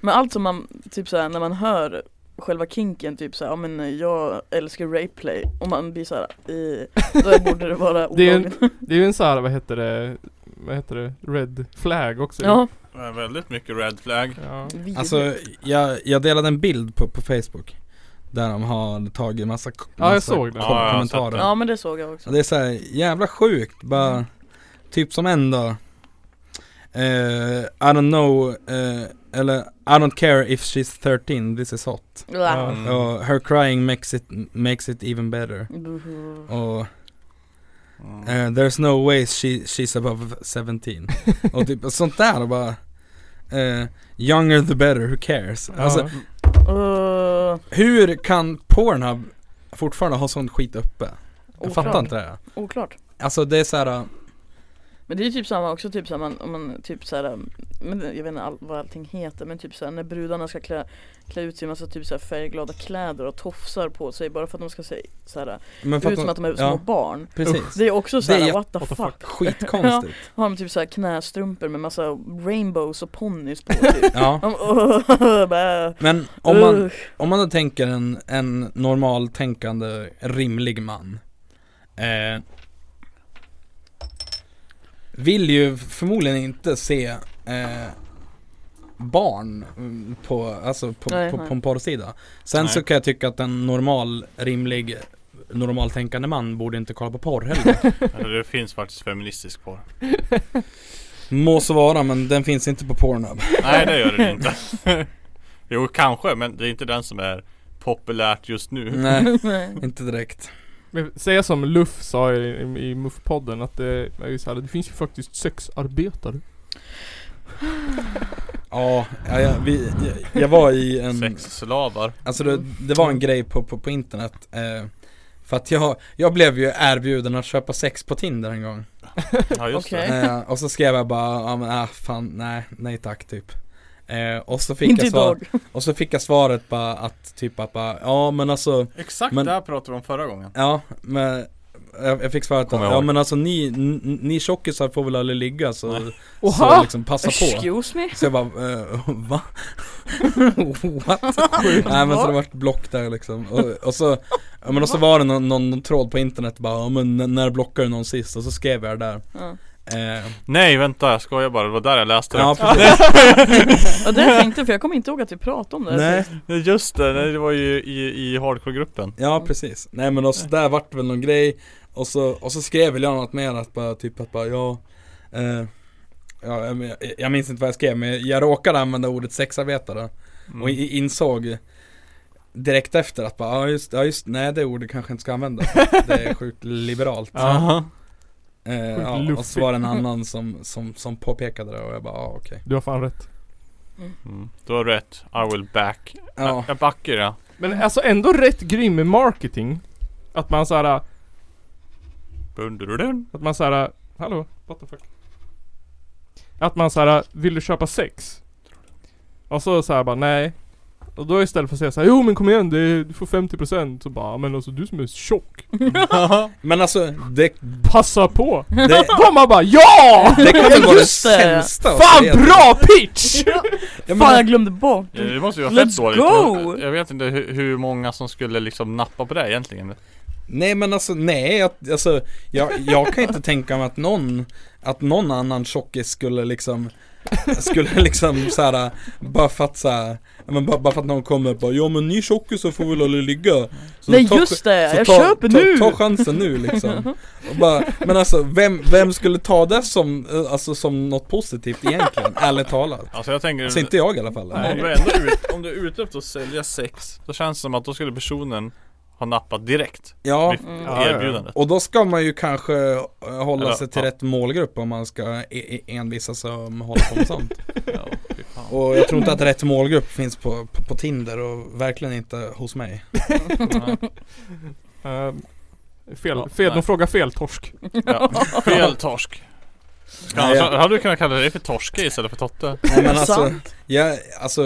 Men allt som man, typ såhär när man hör själva kinken typ såhär, ja men jag älskar rape play Och man blir såhär, eh, då borde det vara
Det är en-
olagligt
Det är ju en så här, vad heter det? Vad heter det? Red flag också.
Ja,
Det är väldigt mycket red flag.
ja.
vidrigt.
Alltså jag, jag delade en bild på, på Facebook Där de har tagit massa, massa
Ja, jag såg det.
kom-
Ja, jag har
kommentarer
sett
Ja men det såg jag också
Så det är så här jävla sjukt bara Typ som en dag eh, I don't know eh, Eller I don't care if she's 13 this is hot
Ja.
Ja.
Mm.
Och her crying makes it, makes it even better
Buhu.
Och
Mm.
eh, there's no way she, she's above 17 Och typ sånt där och bara eh, Younger the better, who cares? Alltså
Ja.
Uh,
hur kan Pornhub fortfarande ha sånt skit uppe? Jag fattar
Oklart.
inte det här.
oklart.
Alltså det är såhär
Men det är ju typ samma också, typ såhär man, om man typ såhär, men jag vet inte all, vad allting heter men typ såhär när brudarna ska klä, klä ut sig i massa typ såhär färgglada kläder och tofsar på sig bara för att de ska se såhär
men
ut som att de är små
ja.
barn.
Precis
Det är också
Det är
såhär
jätte-
what the fuck.
Skitkonstigt
Har de typ såhär knästrumpor med massa rainbows och ponnys på
[LAUGHS]
typ.
[LAUGHS] Ja
De, uh, bä,
Men om man,
usch.
om man då tänker en, en normaltänkande rimlig man eh, Vill ju förmodligen inte se eh, barn mm, på, alltså på,
Nej,
på,
nej.
på en porrsida Sen
Nej.
så kan jag tycka att en normal, rimlig, normaltänkande man borde inte kolla på porr [LAUGHS] heller
Eller Det finns faktiskt feministisk porr.
Må så vara men den finns inte på Pornhub [LAUGHS]
Nej det gör det inte. [LAUGHS] jo kanske men det är inte den som är populärt just nu.
[LAUGHS]
Nej,
Nej.
inte direkt
Men säga som Luff sa i, i, i MUF-podden att det är ju så här, det finns ju faktiskt sexarbetare.
Ja, ja, ja vi, jag, jag var i en,
Sexslavar.
Alltså det, det var en grej på, på, på internet eh, För att jag, jag blev ju erbjuden att köpa sex på Tinder en gång
Ja just
Okej.
det.
eh, Och så skrev jag bara, ja men ah, fan nej, nej tack typ eh, och, så fick
Inte
jag svar,
idag.
och så fick jag svaret bara att typ att bara, ja men alltså
Exakt
Men-
det här pratade vi om förra gången.
Ja men jag, jag fick svaret att,
Kommer jag
ja
ihåg.
men alltså ni, n- ni tjockisar får väl aldrig ligga så,
Nej.
Oha!
så liksom passa på
Excuse me?
Så jag bara, eh, va? [LAUGHS] What? Nej men så det vart block där liksom och, och så ja, men och så var det någon, någon, någon tråd på internet bara ja, men n- när blockade du någon sist? Och så skrev jag det där
Ja.
eh,
Nej vänta jag skojar bara, det var där jag läste det.
Ja precis,
Och det jag tänkte för jag kommer inte ihåg att vi pratade om det här
nej,
Ja, Just det, nej, det var ju i, i hardcore-gruppen.
ja precis Nej men och så där vart det väl någon grej Och så, och så skrev väl jag något mer att bara typ att bara ja eh, Ja, jag, men- jag minns inte vad jag skrev men jag råkade använda ordet sexarbetare
Mm.
och i- insåg direkt efter att bara, ja just, ja, just nej det ordet kanske inte ska användas. Det är sjukt liberalt.
Aha.
Eh, ja, och så var det en annan som, som, som påpekade det och jag bara, ja okej.
Du har fan rätt.
Mm. Du har rätt. I will back.
Ja.
Jag backar ja.
Men alltså ändå rätt grym med marketing. Att man såhär,
Bundurudun.
att man såhär, hallå, what the fuck? Att man såhär, vill du köpa sex? Och så såhär bara, nej. Och då istället för att säga såhär, jo men kom igen det är, du får 50% så bara, men alltså du som är tjock,
[LAUGHS]
Men alltså, det,
passa på!
det,
Och man bara, ja!
det kan väl vara det
Just det.
sämsta att
Fan
säga.
bra pitch!
Jag
Fan
menar,
jag glömde bort!
Ja, Eh, Det måste ju vara
Let's
fett dåligt.
go!
Jag vet inte hur, hur många som skulle liksom nappa på det egentligen.
Nej men alltså, nej jag, alltså, jag, jag kan inte tänka mig att någon Att någon annan tjockis skulle liksom Skulle liksom såhär Bara för att såhär ja, men bara, bara för att någon kommer och bara Ja men ni tjockis så får väl aldrig ligga så
Nej
ta-
just det,
så
jag
ta,
köper
ta,
nu!
Ta, chansen nu liksom och bara, Men alltså vem, vem skulle ta det som, eh, alltså, som något positivt egentligen? Ärligt talat
Alltså jag tänker
Alltså inte jag i alla fall
om, du är ändå ut, om du är ute efter att sälja sex Då känns det som att då skulle personen ha nappat direkt
Ja
vid
[LAUGHS]
Ja, ja, ja.
erbjudandet
och då ska man ju kanske eh, hålla
Eller,
sig till
ja.
rätt målgrupp om man ska e- e- envisas om att hålla på med
[LAUGHS]
sånt
ja, fy fan.
Och jag tror inte att rätt målgrupp finns på, på, på Tinder och verkligen inte hos mig.
Ehm, fel, fel,
Ja, nej.
de frågar fel torsk.
Ja. Fel torsk
Nej,
Annars
jag-
hade du kunnat kalla dig för Torske istället för Totte
Nej,
[LAUGHS]
men alltså,
Sant.
jag, alltså,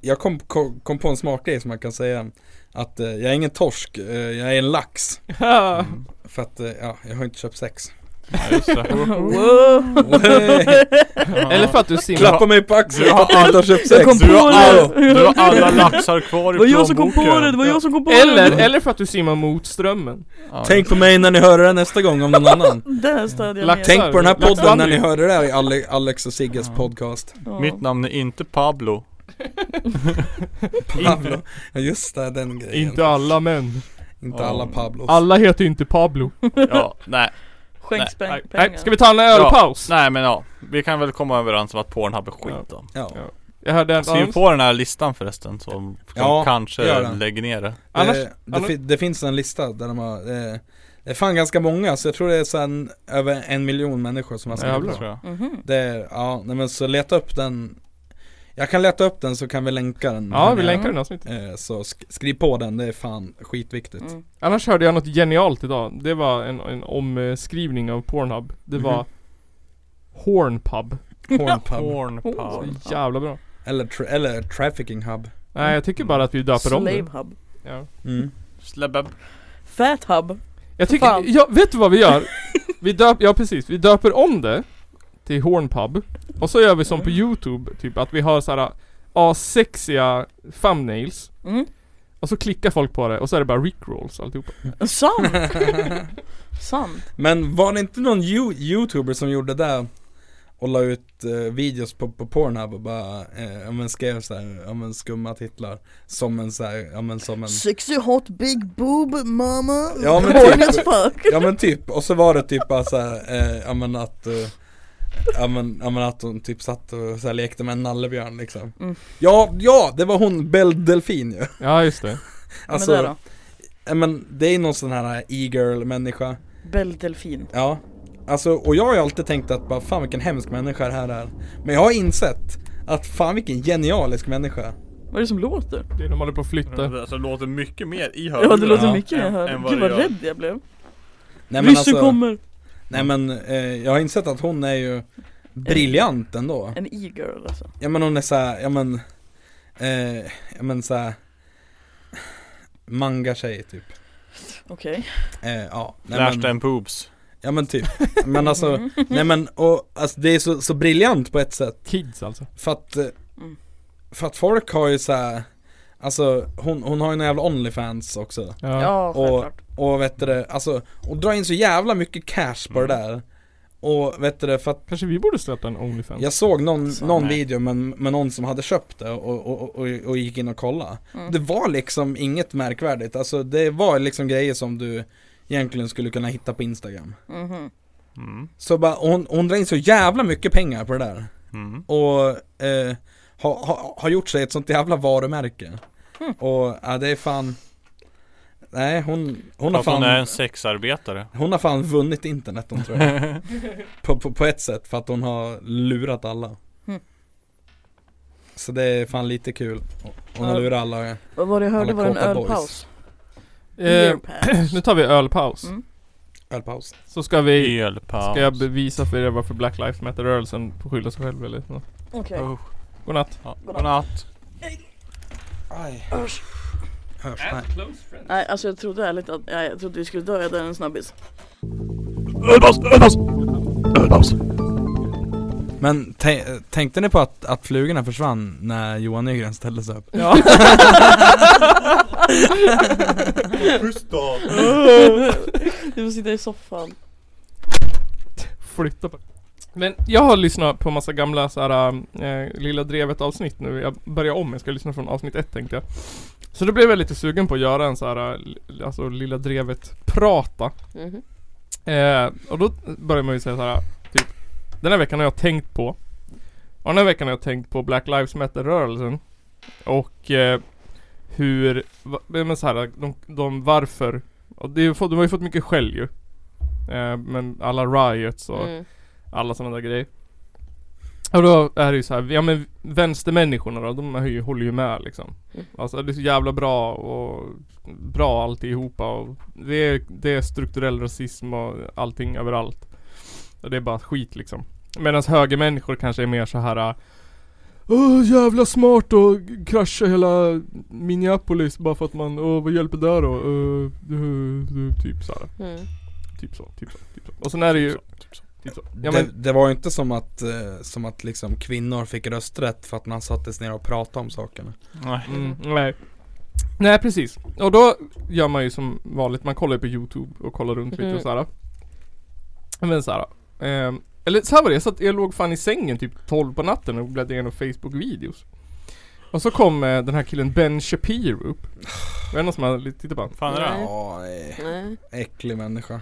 jag kom, kom, kom på en smakgrej som man kan säga. Att eh, jag är ingen torsk, eh, jag är en lax.
mm.
För att, eh, ja, jag har inte köpt
[LAUGHS]
sex.
ja, just det.
[LAUGHS]
Wow.
Eller för att du simmar
Klappa mig på axeln för att jag inte har köpt
Jag kom
sex.
på
Du har, all,
det!
du har alla laxar kvar
Det
i
var jag som kom på
plånboken.
det, det var jag som kom på
eller,
det!
eller för att du simmar mot strömmen.
Ja,
Tänk på mig när ni hör det här nästa gång om någon annan.
Där stödde jag
Lax-
mig.
Tänk på den här podden när ni
Laxvandring.
hör det där i Ale- Alex och Sigges
[LAUGHS]
podcast.
Ja.
Mitt namn är inte Pablo
Pablo. Ja just det, den grejen.
Inte alla män.
Inte alla Pablos.
Alla heter ju inte Pablo.
Ja, nej,
Skänk
Nej,
spänk-
Nej,
pengar.
nej, ska vi ta en ölpaus?
nej men ja Vi kan väl komma överens om att Pornhub är skit då
Ja.
Jag hörde en
Skriv
annan.
Alltså, på den här listan förresten så
Ja, gör
kanske
den.
lägger ner det
Annars-
det, det,
annars-
fi, det finns en lista där de har eh, Det är fan ganska många, så jag tror det är sen över en miljon människor som har
Jävlar.
skrivit
tror jag.
Mhm.
Det är, ja, nej men så leta upp den Jag kan leta upp den så kan vi länka den
Ja,
här
vi
nere.
länkar den avsnittet.
eh, Så sk- skriv på den, det är fan skitviktigt
Mm.
Annars hörde jag något genialt idag. Det var en, en omskrivning av Pornhub. Det var
Mhm.
Hornpub. [LAUGHS]
Pornpub
Så
Pornpub
jävla bra.
eller, tra- eller Trafficking Hub
Nej jag tycker bara att vi döper om
Slave
det.
hub.
Ja.
mm.
Slebbe
Fat hub.
Jag
fan.
tycker, ja, vet du vad vi gör? Vi döper, ja precis, vi döper om det till Hornpub. Och så gör vi som på youtube, typ att vi har såhär asexiga thumbnails.
Mm.
Och så klickar folk på det och så är det bara rickrolls alltihopa.
[LAUGHS] Sant! Sant.
Men var det inte någon you- youtuber som gjorde det och la ut eh, videos på, på Pornhub och bara, eh, ja men skrev såhär, ja men skumma titlar Som en såhär, ja men som en
Sexy hot big boob mama.
Ja, men
Porn
typ.
as fuck.
Ja men typ, och så var det typ bara såhär, eh, ja men att eh, Ja men, ja men att hon typ satt och så här lekte med en nallebjörn liksom
Mm.
Ja, ja! Det var hon Belle Delfin ju
Ja just det.
Alltså,
men där då.
ja, men det är någon sån här eh, e-girl människa
Bell delfin.
Ja Alltså, och jag har ju alltid tänkt att bara fan vilken hemsk människa det här är Men jag har insett att fan vilken genialisk människa
Vad är det som låter?
Det är de håller på att flytta.
Alltså det låter mycket mer i
Ja det låter
Ja,
mycket när jag
än-
hör.
än
det.
vad
Gud
det
vad
gör.
rädd jag blev.
Nej men
Ryssen
alltså,
kommer!
nej men eh, jag har insett att hon är ju briljant ändå
En e-girl alltså.
Ja men hon är såhär, ja men, eh, ja men såhär Manga tjej typ
Okej.
eh, Ja, nej
Lash
men,
them boobs
ja men typ Men alltså, nej men och alltså det är så, så briljant på ett sätt
Kids alltså.
För att, eh,
Mm.
för att folk har ju såhär Alltså hon, hon har ju en jävla Onlyfans också
Ja.
Ja,
och,
självklart.
och vet du det, alltså och drar in så jävla mycket cash på det där Och vet du det, för att
Kanske vi borde släppa en Onlyfans?
Jag såg någon,
Så,
någon
nej.
video med, med någon som hade köpt det och, och, och, och gick in och kollade.
Mm.
Det var liksom inget märkvärdigt, alltså det var liksom grejer som du egentligen skulle kunna hitta på Instagram.
Mhm.
mm.
Så bara, och hon, hon drar in så jävla mycket pengar på det där.
Mm.
Och eh, har ha, ha gjort sig ett sånt jävla varumärke.
Hm.
Och ja, det är fan Nej hon, hon har
Att hon är
fan
en sexarbetare.
Hon har fan vunnit internet hon tror jag
[LAUGHS]
på, på, på ett sätt för att hon har lurat alla
Mm.
Så det är fan lite kul Hon har
Ja.
lurat alla
Vad var det jag hörde
Alla
var en
kåta boys.
ölpaus?
Eh, [CLEARS THROAT]
Ölpaus.
nu tar vi ölpaus.
Mm.
Ölpaus
Så ska vi,
Ölpaus.
ska jag bevisa för er varför Black Lives Matter-rörelsen får skylla sig själv eller nåt.
Okej.
Oh,
Godnatt.
ja. Godnatt.
Aj
Usch.
Hörs, nej
Nej alltså jag trodde ärligt att, nej, jag trodde vi skulle dö, jag dör en snabbis.
Ölpaus, ölpaus! Ölpaus.
Men tän- tänkte ni på att, att flugorna försvann när Johan Nygren ställde sig upp?
Ja.
Du får sitta i soffan.
Flytta på Men jag har lyssnat på massa gamla så här, eh, Lilla Drevet avsnitt nu. Jag börjar om, jag ska lyssna från avsnitt ett tänkte jag. Så då blev jag lite sugen på att göra en så här, eh, li- alltså Lilla Drevet prata.
Mhm.
Eh, och då börjar man ju säga så här, typ Den här veckan har jag tänkt på Och den här veckan har jag tänkt på Black Lives Matter-rörelsen Och eh, hur, va, men så här, de, de varför och det, är ju fått- de har ju fått mycket skäll ju eh, Men alla riots och
Mm.
alla sådana där grejer Och då är det ju så här, ja men vänstermänniskorna då, de är ju, håller ju med liksom
Mm.
Alltså det är så jävla bra och bra alltihopa och det är, det är strukturell rasism och allting överallt Och det är bara skit liksom Medan högermänniskor kanske är mer så här Åh jävla smart och krascha hela Minneapolis bara för att man, åh vad hjälper det då? Uh, typ så här.
Mm.
typ så, typ så, typ så Och sen är det ju
Typ så.
Typ så. Ja,
det,
men,
det var ju inte som att, eh, som att liksom kvinnor fick rösträtt för att man sattes ner och pratade om sakerna
Nej.
mm, nej. nej precis. Och då gör man ju som vanligt, man kollar ju på Youtube och kollar runt lite och
Mm.
sådär. Men såhär. ehm, eller så här var det, jag, satt, jag låg fan i sängen typ 12 på natten och bläddrade igenom Facebook-videos. Och så kom eh, den här killen Ben Shapiro upp. Var det någon som hade tittat på han?
Fan är det?
Nej.
Ja, eh,
Nej.
äcklig människa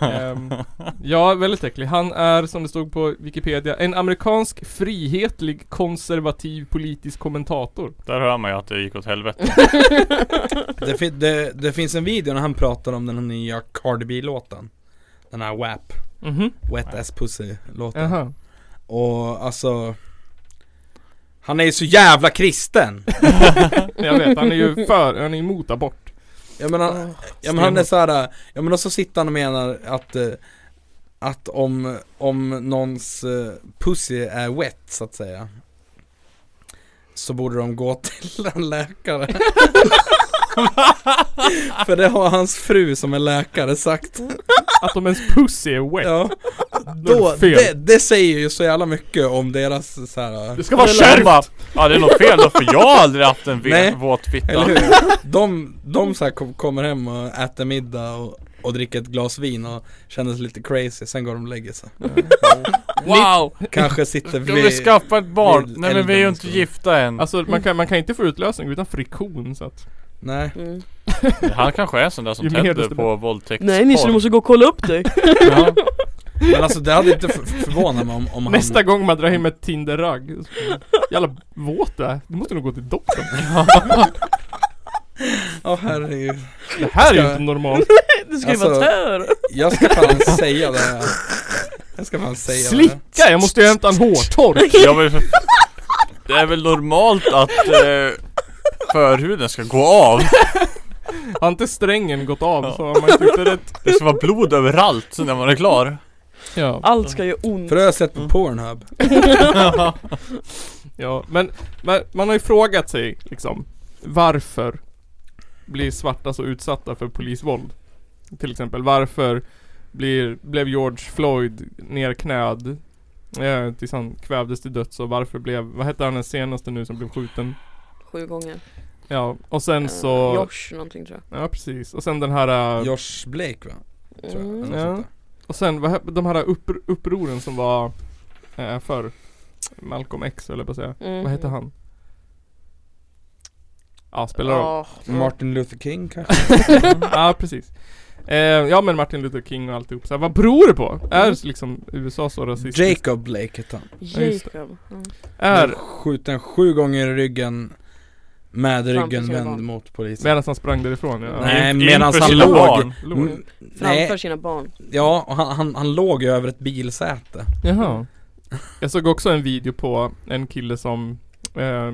Ehm, ja, väldigt äcklig. Han är, som det stod på Wikipedia, en amerikansk frihetlig konservativ politisk kommentator.
Där hör man ju att det gick åt helvete.
det, fin- det, det finns en video när han pratar om den här nya Cardi B-låten Den här WAP,
Mhm,
Wet Ass Pussy-låten
jaha.
Och alltså Han är ju så jävla kristen!
Jag vet, han är ju för, han är emot abort.
Jag menar,
Åh.
Ja men han är såhär, ja men och så sitter han och menar att eh, Att om, om någons eh, pussy är wet så att säga Så borde de gå [LAUGHS] till en läkare [LAUGHS] För det har hans fru som är läkare sagt
Att om ens pussy är wet,
ja,
då är
då,
det fel.
det, det säger ju så jävla mycket om deras så här.
Det ska vara
Kärv!
kärvt!
Ja det är något fel då för jag har aldrig haft en
Nej.
vet, våt
Eller
fitta.
hur? De, de så här kom, kommer hem och äter middag och, och dricker ett glas vin och känner sig lite crazy, sen går de och lägger sig
Wow!
Kanske sitter
Jag vill
vi
skaffa ett barn.
vid
Nej men vi är ju
elden,
inte
så.
gifta än.
Alltså man kan, man kan inte få utlösning utan friktion så att
Nej
Mm.
Han kanske är en sån där som
Ju mer,
Ted
desto
på våldtäktsporr.
Nej Nisse du måste gå och kolla upp dig.
[LAUGHS] Ja.
Men alltså det hade inte för- förvånat mig om, om
Nästa
han...
gång man drar hem ett Tinder-ragg så- Jävla våt det är. Du måste nog gå till doktorn
Ja herregud.
Det här är ju
Ska-
inte normalt
Du ska ju
Alltså,
vara tör.
Jag ska fan säga det här. Jag ska fan säga det.
Slicka! Jag måste ju hämta en
[LAUGHS]
hårtork
Jag vill för... Det är väl normalt att eh, förhuden ska gå av.
Har inte strängen gått av
Ja.
så har man inte gjort det rätt
Det ska vara blod överallt när man är klar.
Ja,
Allt ska göra ont.
För det har jag sett på Pornhub.
ja. Men, men man har ju frågat sig liksom Varför blir svarta så utsatta för polisvåld? Till exempel varför blir, blev George Floyd nerknäd eh, tills han kvävdes till döds och varför blev, vad hette han den senaste nu som blev skjuten?
Sju gånger.
Ja, och sen
Eh,
så
Josh någonting tror
Ja precis, och sen den här eh,
Josh Blake va?
jag.
Tror jag. Alltså,
Mm.
eller något
Ja.
sånt
Och sen vad hette- de här uppr- upproren som var eh, för Malcolm X eller på att säga
Mm.
Vad hette han? Ja, spelar roll
Ja.
där. Martin Luther King kanske?
Ja precis eh, Ja men Martin Luther King och alltihop så här, vad beror det på? Är liksom USA så rasistiskt?
Jacob Blake hette han.
just det.
Jacob. Mm.
Är,
Skjuten sju gånger i ryggen Med
Framför
ryggen
sina
vänd
barn.
mot polisen.
Medan han sprang därifrån ja.
[LAUGHS] Nej,
In-
medan
inför
han
sina
låg.
barn.
Låg.
Mm,
Framför
Nej,
sina barn.
ja, och han, han, han låg ju över ett bilsäte.
Jaha. Jag såg också en video på en kille som eh,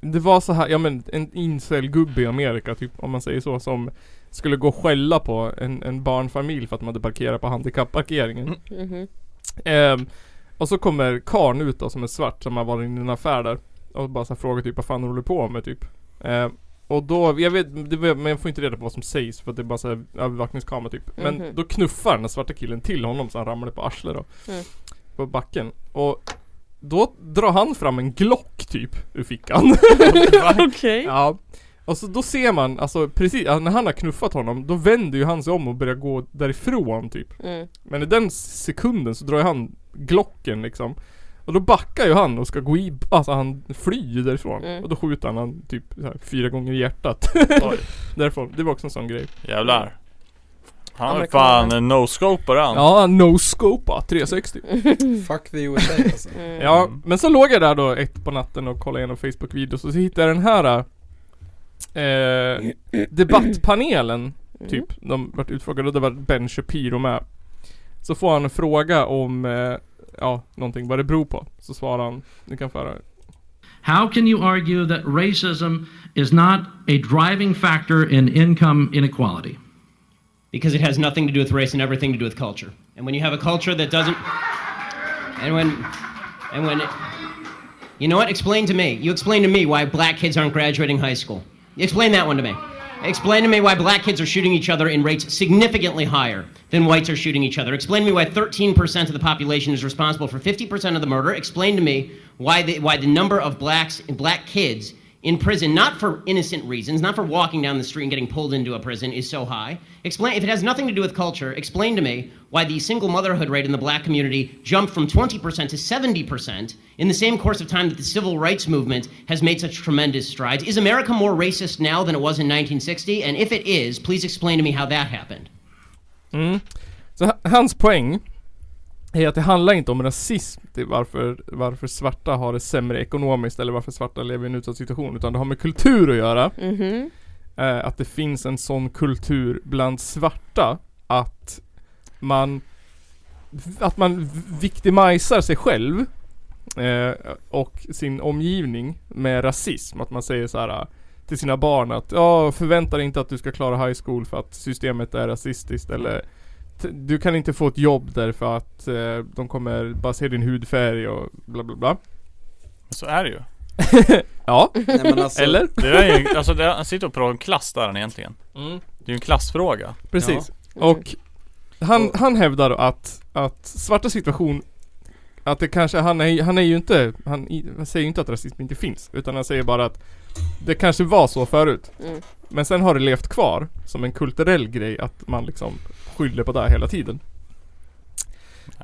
Det var så här, ja men en incel-gubbe i Amerika typ om man säger så som Skulle gå och skälla på en, en barnfamilj för att de hade parkerat på handikappparkeringen.
Mhm.
Ehm, och så kommer karn ut då som är svart som har varit inne i en affär där. Och bara så här frågar typ vad fan håller du på med typ. Ehm, och då, jag vet, det, var- men jag får inte reda på vad som sägs för att det är bara så här övervakningskamera typ. Men
Mhm.
då knuffar den här svarta killen till honom så han ramlar på arslet då.
Mm.
På backen. Och då drar han fram en Glock typ ur fickan. [LAUGHS]
Okej.
ja. Och så då ser man, alltså precis, ja, när han har knuffat honom, då vänder ju han sig om och börjar gå därifrån typ.
Mm.
Men i den sekunden så drar ju han glocken liksom Och då backar ju han och ska gå i, alltså han flyr därifrån
Mm.
Och då skjuter han han typ så här, fyra gånger i hjärtat
Oj,
Därifrån, det var också en sån grej
jävlar. Han är
Amerikaner.
fan en no-scoper han.
Ja, no ah, scopa 360
Fuck the USA alltså.
Mm.
Ja, men så låg jag där då ett på natten och kollade igenom Facebook-videos och så hittade jag den här eh, Debattpanelen
Mm.
Typ, de vart utfrågade och det var Ben Shapiro med Så får han en fråga om, eh, ja, någonting, vad det beror på Så svarar han, ni kan få höra
How can you argue that racism is not a driving factor in income inequality?
because it has nothing to do with race and everything to do with culture. And when you have a culture that doesn't, and when, and when, it, you know what? Explain to me. You explain to me why black kids aren't graduating high school. Explain that one to me. Explain to me why black kids are shooting each other in rates significantly higher than whites are shooting each other. Explain to me why 13% of the population is responsible for 50% of the murder. Explain to me why the, why the number of blacks and black kids in prison, not for innocent reasons, not for walking down the street and getting pulled into a prison, is so high. Explain if it has nothing to do with culture. Explain to me why the single motherhood rate in the black community jumped from 20% to 70% in the same course of time that the civil rights movement has made such tremendous strides. Is America more racist now than it was in 1960? And if it is, please explain to me how that happened.
Så h- hans poäng är att det handlar inte om rasism till varför, varför svarta har det sämre ekonomiskt eller varför svarta lever i en utsatt situation utan det har med kultur att göra.
Mhm.
Eh, att det finns en sån kultur bland svarta att man att man v- viktimajsar sig själv eh, och sin omgivning med rasism. Att man säger så här eh, till sina barn att ja, förvänta dig inte att du ska klara high school för att systemet är rasistiskt eller t- du kan inte få ett jobb därför att eh, de kommer bara se din hudfärg och bla bla bla.
Så är det ju.
Ja,
[LAUGHS] Nej, men alltså,
eller?
Det där är ju, alltså det, han sitter och pratar om klass där han egentligen.
Mm.
Det är ju en klassfråga.
Precis. Och han, han hävdar då att, att svarta situation att det kanske, han är, han är ju inte, han, i- han säger ju inte att rasism inte finns. Utan han säger bara att det kanske var så förut.
Mm.
Men sen har det levt kvar som en kulturell grej att man liksom skyller på det här hela tiden.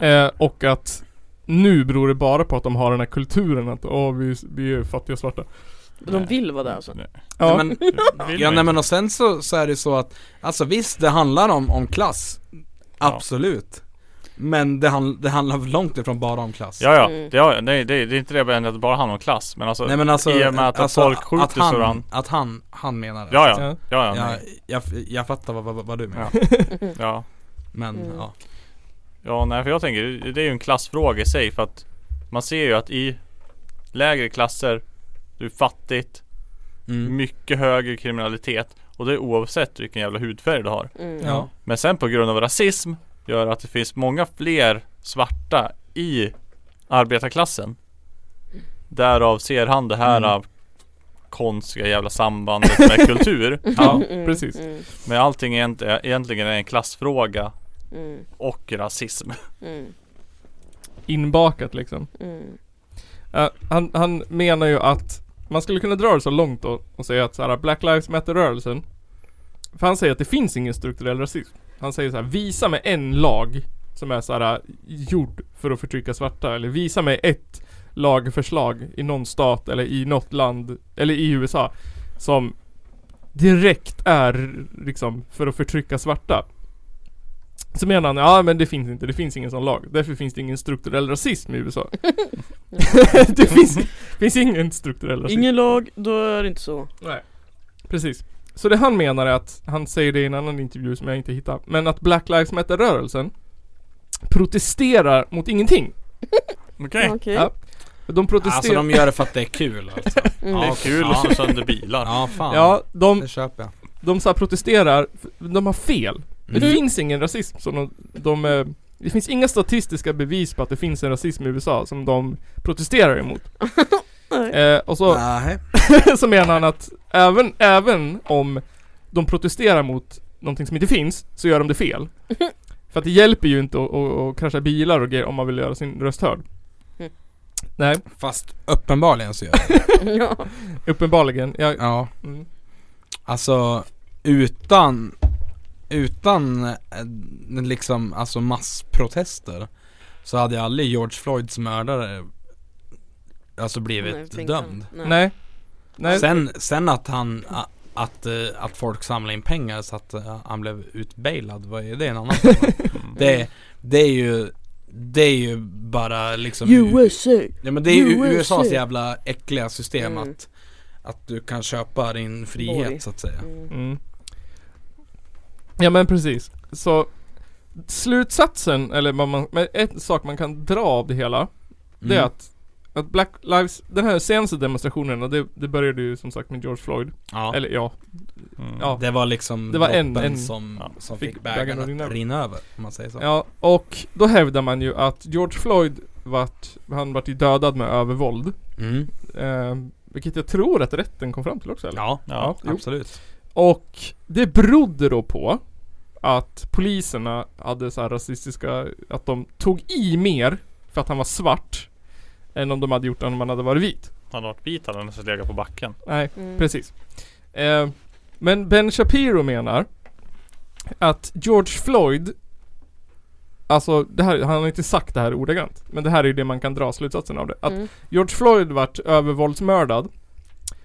Eh, och att nu beror det bara på att de har den här kulturen att åh vi, vi är fattiga svarta.
De vill vara där alltså.
Nej.
Ja,
Nej, men,
Det vill
ja,
man
nej,
inte.
men och sen så, så är det ju så att, alltså visst det handlar om, om klass. Absolut. Men det, handl- det handlar väl långt ifrån bara om klass.
Ja, ja.
Mm.
Det, har- nej, det, det är inte det jag menar, att det bara handlar om klass. Men alltså,
Nej men alltså,
i och med att
alltså,
folk skjuter
att han,
så han...
Att han, han menar det.
Ja, ja.
Ja.
Ja, ja.
jag,
nej.
jag, jag fattar vad, vad, vad du menar.
ja.
Men
Mm.
ja.
Ja, nej för jag tänker det- det är ju en klassfråga i sig för att man ser ju att i lägre klasser, du är fattigt,
Mm.
mycket högre kriminalitet och det är oavsett vilken jävla hudfärg du har.
Mm.
Ja.
Men sen på grund av rasism gör att det finns många fler svarta i arbetarklassen. Därav ser han det här
Mm.
mm. konstiga jävla sambandet med kultur.
ja [LAUGHS] precis.
Mm.
Men allting är inte, egentligen är en klassfråga
Mm.
och rasism.
Mm.
Inbakat liksom.
Mm.
Eh, han, han menar ju att man skulle kunna dra det så långt då och säga att så här, Black Lives Matter-rörelsen För han säger att det finns ingen strukturell rasism. Han säger så här, visa med en lag som är så här äh, gjord för att förtrycka svarta eller visa med ett lagförslag i någon stat eller i något land eller i USA som direkt är liksom för att förtrycka svarta. Så menar han, ja men det finns inte, det finns ingen sån lag. Därför finns det ingen strukturell rasism i USA. [LAUGHS] det finns, finns ingen strukturell rasism.
Ingen lag, då är det inte så.
Nej. Precis. Så det han menar är att, han säger det i en annan intervju som jag inte hittar, men att Black Lives Matter-rörelsen protesterar mot ingenting.
Okej.
Okej.
Ja. De protesterar...
Alltså de gör det för att det är kul alltså.
Mm.
[LAUGHS] Det är kul att slå sönder bilar.
Ja fan.
ja, de,
Det köper jag.
de så här protesterar, f- de har fel. Det
Mm.
finns ingen rasism som de, de eh, det finns inga statistiska bevis på att det finns en rasism i USA som de protesterar
[LAUGHS]
emot.
Nej.
Eh, och så,
Nej.
[LAUGHS] så menar han att även, även om de protesterar mot någonting som inte finns, så gör de det fel. För att det hjälper ju inte att, att, att krascha bilar och grejer om man vill göra sin röst hörd.
Mm.
Nej,
Fast uppenbarligen så gör det.
Ja.
uppenbarligen. Jag,
Ja.
mm.
Alltså utan Utan eh, liksom alltså massprotester Så hade jag aldrig George Floyds mördare Alltså
Nej,
blivit
tänkte han.
dömd
Nej.
Nej. Nej.
sen, sen att han a- att, eh, att folk samlade in pengar så att eh, han blev utbailad, vad är det en annan fråga.
Mm.
det, det är ju Det är ju bara liksom
USA!
Ja men det är ju
USA.
USAs jävla äckliga system
Mm.
att Att du kan köpa din frihet
Borg.
så att säga
Mm.
Mm. Ja men precis. Så slutsatsen, eller vad man, men en sak man kan dra av det hela, det är
Mm.
att, att Black Lives, den här senaste demonstrationerna, det, det började ju som sagt med George Floyd.
ja.
Eller ja,
Mm.
ja.
Det var liksom
Det var en-
droppen
en-
som,
ja,
som
fick
fick bägaren att
rinna
rinna,
över.
över om man säger så.
Ja, och då hävdar man ju att George Floyd vart, han vart ju dödad med övervåld.
Mm.
Eh, vilket jag tror att rätten kom fram till också eller?
ja,
Ja.
jo.
absolut.
Och det berodde då på att poliserna hade så här rasistiska, att de tog i mer för att han var svart än om de hade gjort det om han hade varit vit.
Hade varit vit hade han nästan legat på backen.
Nej,
Mm.
precis. Eh, men Ben Shapiro menar att George Floyd Alltså det här, han har inte sagt det här ordagrant. Men det här är ju det man kan dra slutsatsen av det. Att
Mm.
George Floyd vart övervåldsmördad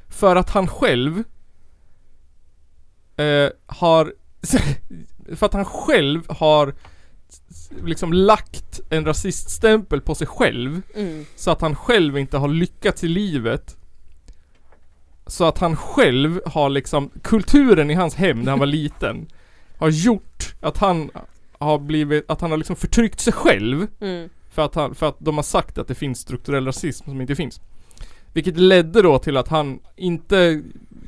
för att han själv eh, har [LAUGHS] för att han själv har s- liksom lagt en rasiststämpel på sig själv
Mm.
så att han själv inte har lyckats i livet så att han själv har liksom kulturen i hans hem när han var
[LAUGHS]
liten har gjort att han har blivit att han har liksom förtryckt sig själv
Mm.
för att, han, för att de har sagt att det finns strukturell rasism som inte finns. Vilket ledde då till att han inte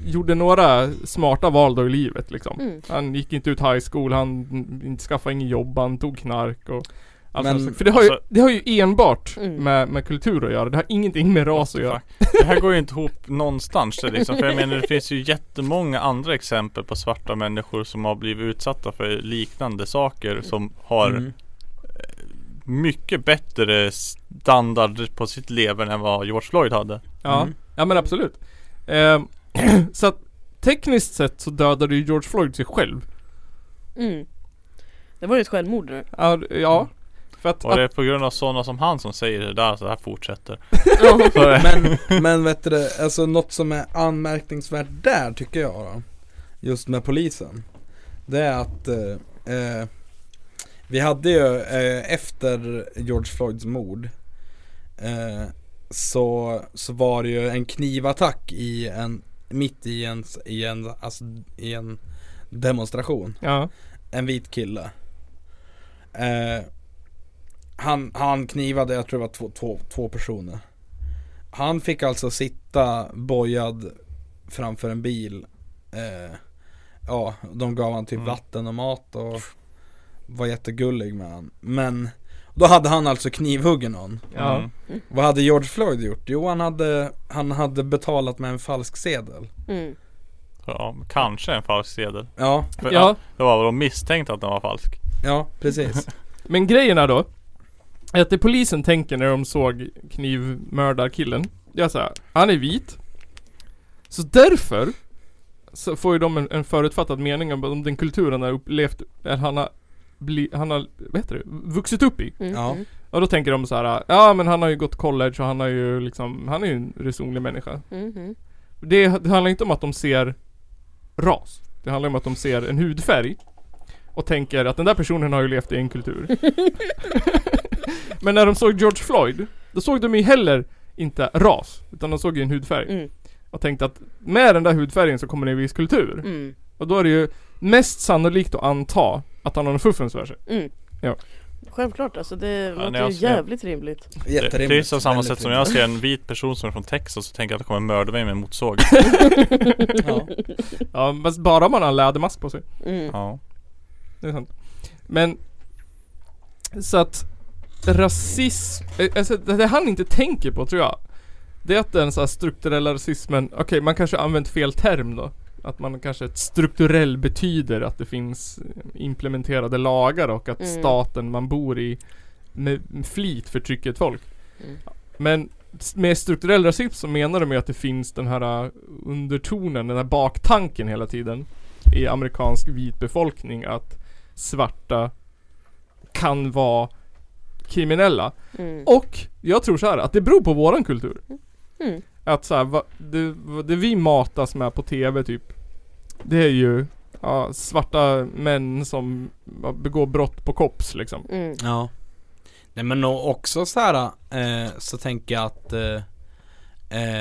gjorde några smarta val då i livet liksom.
Mm.
Han gick inte ut high school, han mm, skaffade ingen jobb, han tog knark och allt
Men-
sånt. För det har, ju,
alltså-
det har ju enbart
Mm.
med, med kultur att göra, det har ingenting med ras att göra.
Fuck. Det här går ju inte ihop någonstans det liksom. För jag menar det finns ju jättemånga andra exempel på svarta människor som har blivit utsatta för liknande saker som har
Mm.
mycket bättre standard på sitt leven än vad George Floyd hade.
Ja,
Mm.
ja men absolut. Ehm, [CLEARS THROAT] så att tekniskt sett så dödade ju George Floyd sig själv.
Mm. Det var ju ett självmord nu.
Ja, ja. för att,
Och det
att
är på grund av sådana som han som säger det där så det här fortsätter.
[LAUGHS] Ja.
Så, eh,
Men, men vet du det, alltså något som är anmärkningsvärt där tycker jag då, Just med polisen. Det är att eh, eh, vi hade ju eh, efter George Floyds mord eh, så, så var det ju en knivattack i en, mitt i en, i en, alltså, i en demonstration.
ja,
en vit kille. Eh, han, han knivade, jag tror det var två, två, två personer. Han fick alltså sitta bojad framför en bil. Eh, ja, de gav han typ
Mm.
vatten och mat och var jättegullig med han. Men då hade han alltså knivhuggen någon.
ja.
Mm.
Vad hade George Floyd gjort? Jo, han hade, han hade betalat med en falsk sedel.
Mm.
Ja, kanske en falsk sedel.
Ja,
För
ja.
ja. Det var väl de misstänkte att den var falsk.
ja
[LAUGHS]
precis.
Men grejen är då Att det polisen tänker när de såg knivmördarkillen Det är såhär, han är vit Så därför Så får ju de en, en förutfattad mening om- om den kultur han har upplevt Eller han har bli, han har, vad heter det? Vuxit upp i.
Mm.
Ja.
Mm.
Och då tänker de så här, ja men han har ju gått college och han har ju liksom, han är ju en resonlig människa.
Mm. Mm.
Det, det handlar inte om att de ser ras. Det handlar om att de ser en hudfärg. och tänker att den där personen har ju levt i en
[LAUGHS]
kultur. Men när de såg George Floyd, då såg de ju heller inte ras, utan de såg ju en hudfärg.
Mm.
Och tänkte att med den där hudfärgen så kommer det en viss kultur.
Mm.
Och då är det ju mest sannolikt att anta att han har en fuffens för sig.
Mm.
Ja.
Självklart alltså, det låter
nej,
ju
alltså,
jävligt rimligt.
Det, det är så samma
Väldigt
sätt som jag ser en vit person som är från Texas och tänker att de kommer mörda mig med motorsåg.
rimligt. Ja.
Ja, fast bara om man har en lädermask på sig.
Mm.
Ja.
Det är sant. Men Så att Rasism, eh, alltså det det han inte tänker på tror jag Det är att den så här strukturella rasismen, okej man kanske har använt fel term då Att man kanske, ett strukturell betyder att det finns implementerade lagar och att
Mm.
staten man bor i Med med flit förtrycker ett folk
Mm.
Men s- med strukturell rasism så menar de ju att det finns den här eh, undertonen, den här baktanken hela tiden I amerikansk vit befolkning att svarta kan vara kriminella.
Mm.
Och jag tror så här att det beror på våran kultur.
Mm.
Att så här, va, det, vad- det vi matas med på TV typ Det är ju ja, svarta män som ja, begår brott på kops liksom.
Mm.
Ja. Nej men och också så här eh, så tänker jag att eh,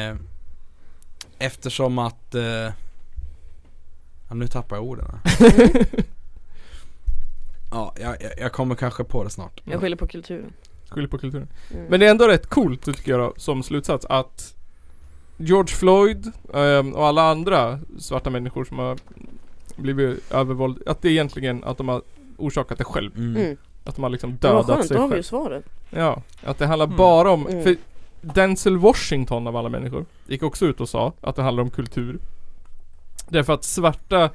eh, eftersom att eh, ja, nu tappar jag orden. här. ja, jag, jag- jag kommer kanske på det snart.
Jag skyller på kulturen.
[LAUGHS] Skyller på kulturen.
Mm.
Men det är ändå rätt coolt tycker jag då, som slutsats att George Floyd ehm, och alla andra svarta människor som har blivit övervåld, att det är egentligen att de har orsakat det själv.
Mm.
Mm.
Att de har liksom
Men vad
dödat
skönt,
sig
då har
själv.
vi ju svaret.
Ja, att det handlar
Mm.
bara om,
Mm.
för Denzel Washington av alla människor gick också ut och sa att det handlar om kultur. Därför att svarta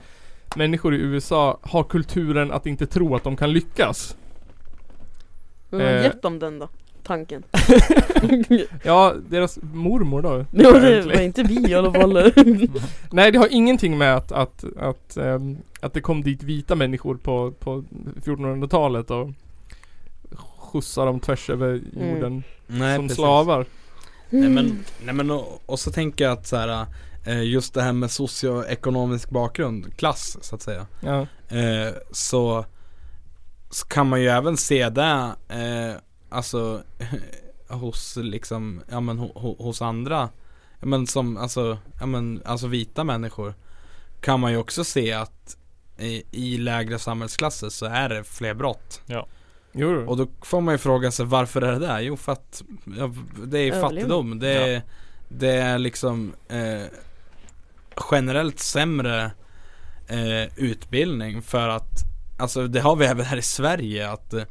människor i USA har kulturen att inte tro att de kan lyckas.
Men har
Eh.
gett dem den då?
[LAUGHS]
Tanken.
Ja, deras mormor då.
Jo, det
apparently.
var inte vi i alla [LAUGHS] fall.
Nej det har ingenting med att, att, att, ehm, att det kom dit vita människor på, på 1400-talet och skjutsade dem tvärs över
Mm.
jorden
Nej,
som
precis.
slavar.
Nej men, nej, men och, och så tänker jag att så här eh, just det här med socioekonomisk bakgrund, klass så att säga.
Ja.
eh, så, så kan man ju även se det eh, alltså [LAUGHS] hos liksom, ja men ho, ho, hos andra, ja, men som alltså, ja men alltså vita människor kan man ju också se att i, i lägre samhällsklasser så är det fler brott.
Jo, jo.
Och då får man ju fråga sig varför är det där? Jo för att ja, det är
Överlevnad.
fattigdom, det är, det är liksom eh, generellt sämre eh, utbildning för att Alltså det har vi även här i Sverige att eh,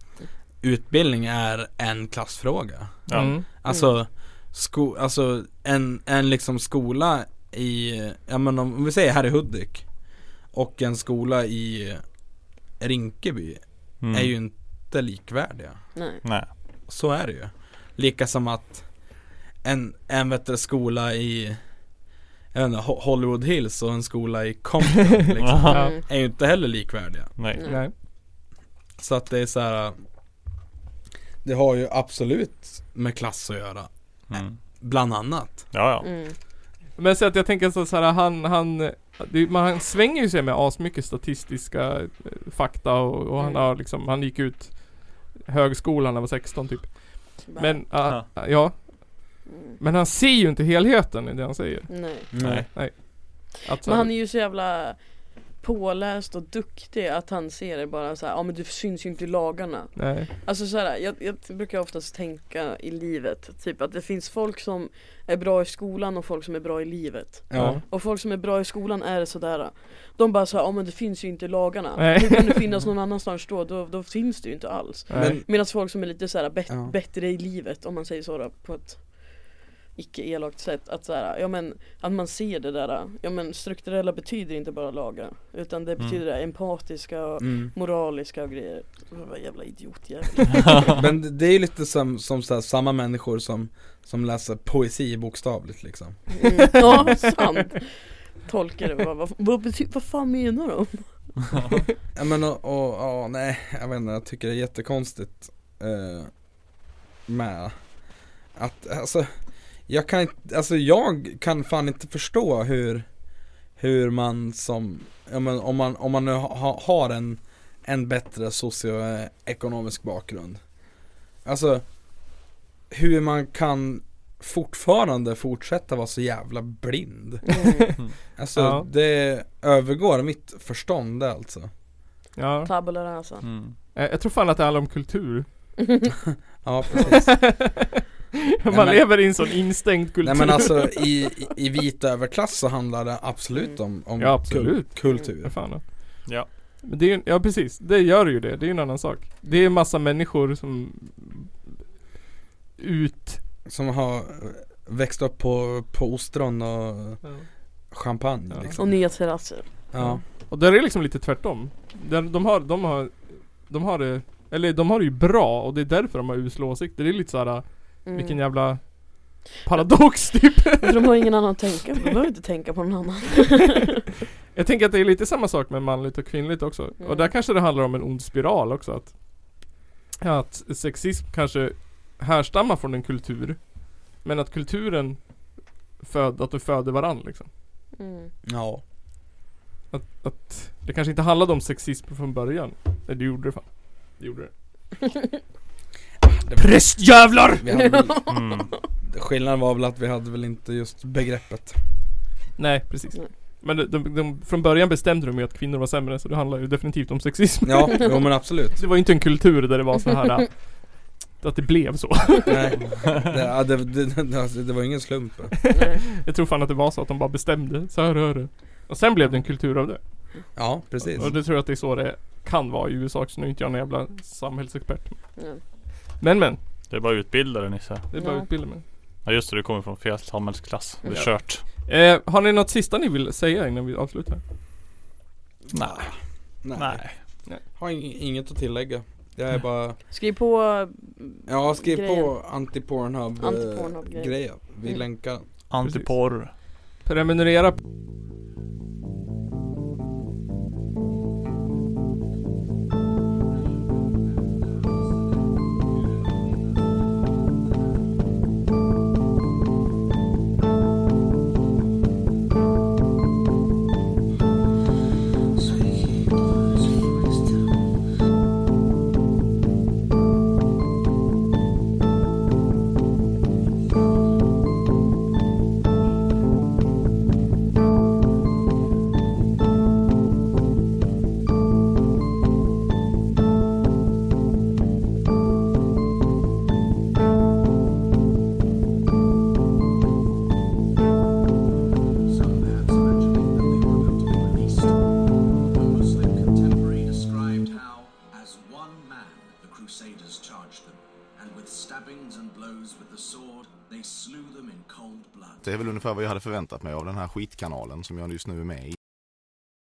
utbildning är en klassfråga.
Ja.
Mm.
Alltså, sko, alltså en, en liksom skola i, ja men om, om vi säger här i Hudik och en skola i Rinkeby
Mm.
är ju inte likvärdiga.
Nej.
Nej.
Så är det ju. Lika som att en, en vet du, skola i jag vet inte, Ho- Hollywood Hills och en skola i
[LAUGHS]
Compton liksom,
Ja.
Mm.
är ju inte heller likvärdiga.
Nej.
Nej.
Så att det är så här. Det har ju absolut med klass att göra.
Mm.
Bland annat.
Ja, ja.
Mm.
Men så att jag tänker så så här, han, han, det, man, han svänger ju sig med asmycket statistiska eh, fakta och, och han
Mm.
har liksom, han gick ut högskolan när han var 16 typ. Men, ah,
Ja.
ah, ja.
Mm.
Men han ser ju inte helheten i det han säger.
Nej.
Nej.
Att, så här,
Men han är ju så jävla påläst och duktig att han ser det bara så här, ja men du syns ju inte i lagarna.
Nej.
Alltså så här, jag, jag brukar oftast tänka i livet, typ att det finns folk som är bra i skolan och folk som är bra i livet.
Ja.
Och folk som är bra i skolan är sådär De bara såhär, ja men det finns ju inte i lagarna
Nej.
Hur kan det finnas någon annanstans då? Då, då finns det ju inte alls
Nej.
Men,
Medan folk som är lite såhär bet-
Ja.
bättre i livet om man säger så då, på ett icke elakt sätt att såhär, ja men att man ser det där Ja men strukturella betyder inte bara lagar Utan det betyder det empatiska och
mm.
moraliska och grejer Vad jävla idiotjävel
Men det- det är ju lite som, som så här, samma människor som, som läser poesi bokstavligt liksom.
mm. [LAUGHS] Ja sant Tolkar det bara, vad, vad, bety- vad fan menar de?
Ja men och, och, ja, nej, jag vet inte, jag tycker det är jättekonstigt eh, med att, alltså, jag kan inte, alltså jag kan fan inte förstå hur, hur man som, ja men om man, om man nu ha, ha- har en, en bättre socioekonomisk bakgrund. Alltså hur man kan fortfarande fortsätta vara så jävla blind. Alltså
Ja.
det övergår mitt förstånd det alltså.
Ja.
Tabula rasa.
Mm.
Eh, Jag tror fan att det handlar om
[LAUGHS]
kultur.
Ja precis.
Man
men-
lever i en sån instängd kultur.
Nej men alltså i, i vit överklass så handlar det absolut om, om
Ja, absolut.
kul- kultur.
[LAUGHS] Ja, fan då.
Ja.
Men det är ju, ja precis, det gör ju det. Det är ju en annan sak. Det är en massa människor som ut...
Som har växt upp på, på ostron och champagne
Ja.
liksom.
Och nya terrasser.
Ja.
Och där är det liksom lite tvärtom. Där de har, de har, de har det, eller de har det ju bra och det är därför de har usla åsikter. Det är lite såhär,
Mm.
vilken jävla paradox [LAUGHS] typ.
För de har ingen annan att tänka på, de behöver inte tänka på någon annan.
Jag tänker att det är lite samma sak med manligt och kvinnligt också. Och
Mm.
där kanske det handlar om en ond spiral också. Att, att sexism kanske härstammar från en kultur. Men att kulturen föd, att de föder varandra liksom.
Mm.
Ja.
Att, att det kanske inte handlade om sexism från början. Nej det gjorde det fan. Det gjorde det. Prästjävlar!
Vi
[LAUGHS]
hade väl,
Mm.
skillnaden var väl att vi hade väl inte just begreppet.
Nej precis.
Mm.
Men de, de, de, från början bestämde de ju att kvinnor var sämre så det handlar ju definitivt om sexism. [LAUGHS]
Ja, jo men absolut.
Det var ju inte en kultur där det var så här äh, att det blev så. [LAUGHS]
Nej. Det, ja, det, det, det, alltså, det var ingen slump.
Jag tror fan att det var så att de bara bestämde, så här hör du. Och sen blev det en kultur av det.
Ja, precis.
Och det tror jag att det är så det kan vara i USA också. Nu är inte jag någon jävla samhällsexpert.
Mm.
Men men,
Det är bara utbildare Nisse.
det är bara
Ja.
att utbilda mig.
Ja just det, du kommer från fel samhällsklass. Det är
Ja.
kört.
Eh, har ni något sista ni vill säga innan vi avslutar?
Nej.
Nej.
Nej.
Har ing- inget att tillägga. Jag är bara,
Skriv på
ja skriv på
Grejen.
anti-pornhub eh,
Anti-Pornhub-grejen.
grejen. Vi
Mm.
länkar.
Antiporr.
Prenumerera
One Muslim contemporary described how, as one man, the Crusaders charged them, and with stabbings and blows with the sword, they slew them in cold blood.
Det är väl ungefär vad jag hade förväntat mig av den här skitkanalen som jag just nu är med i.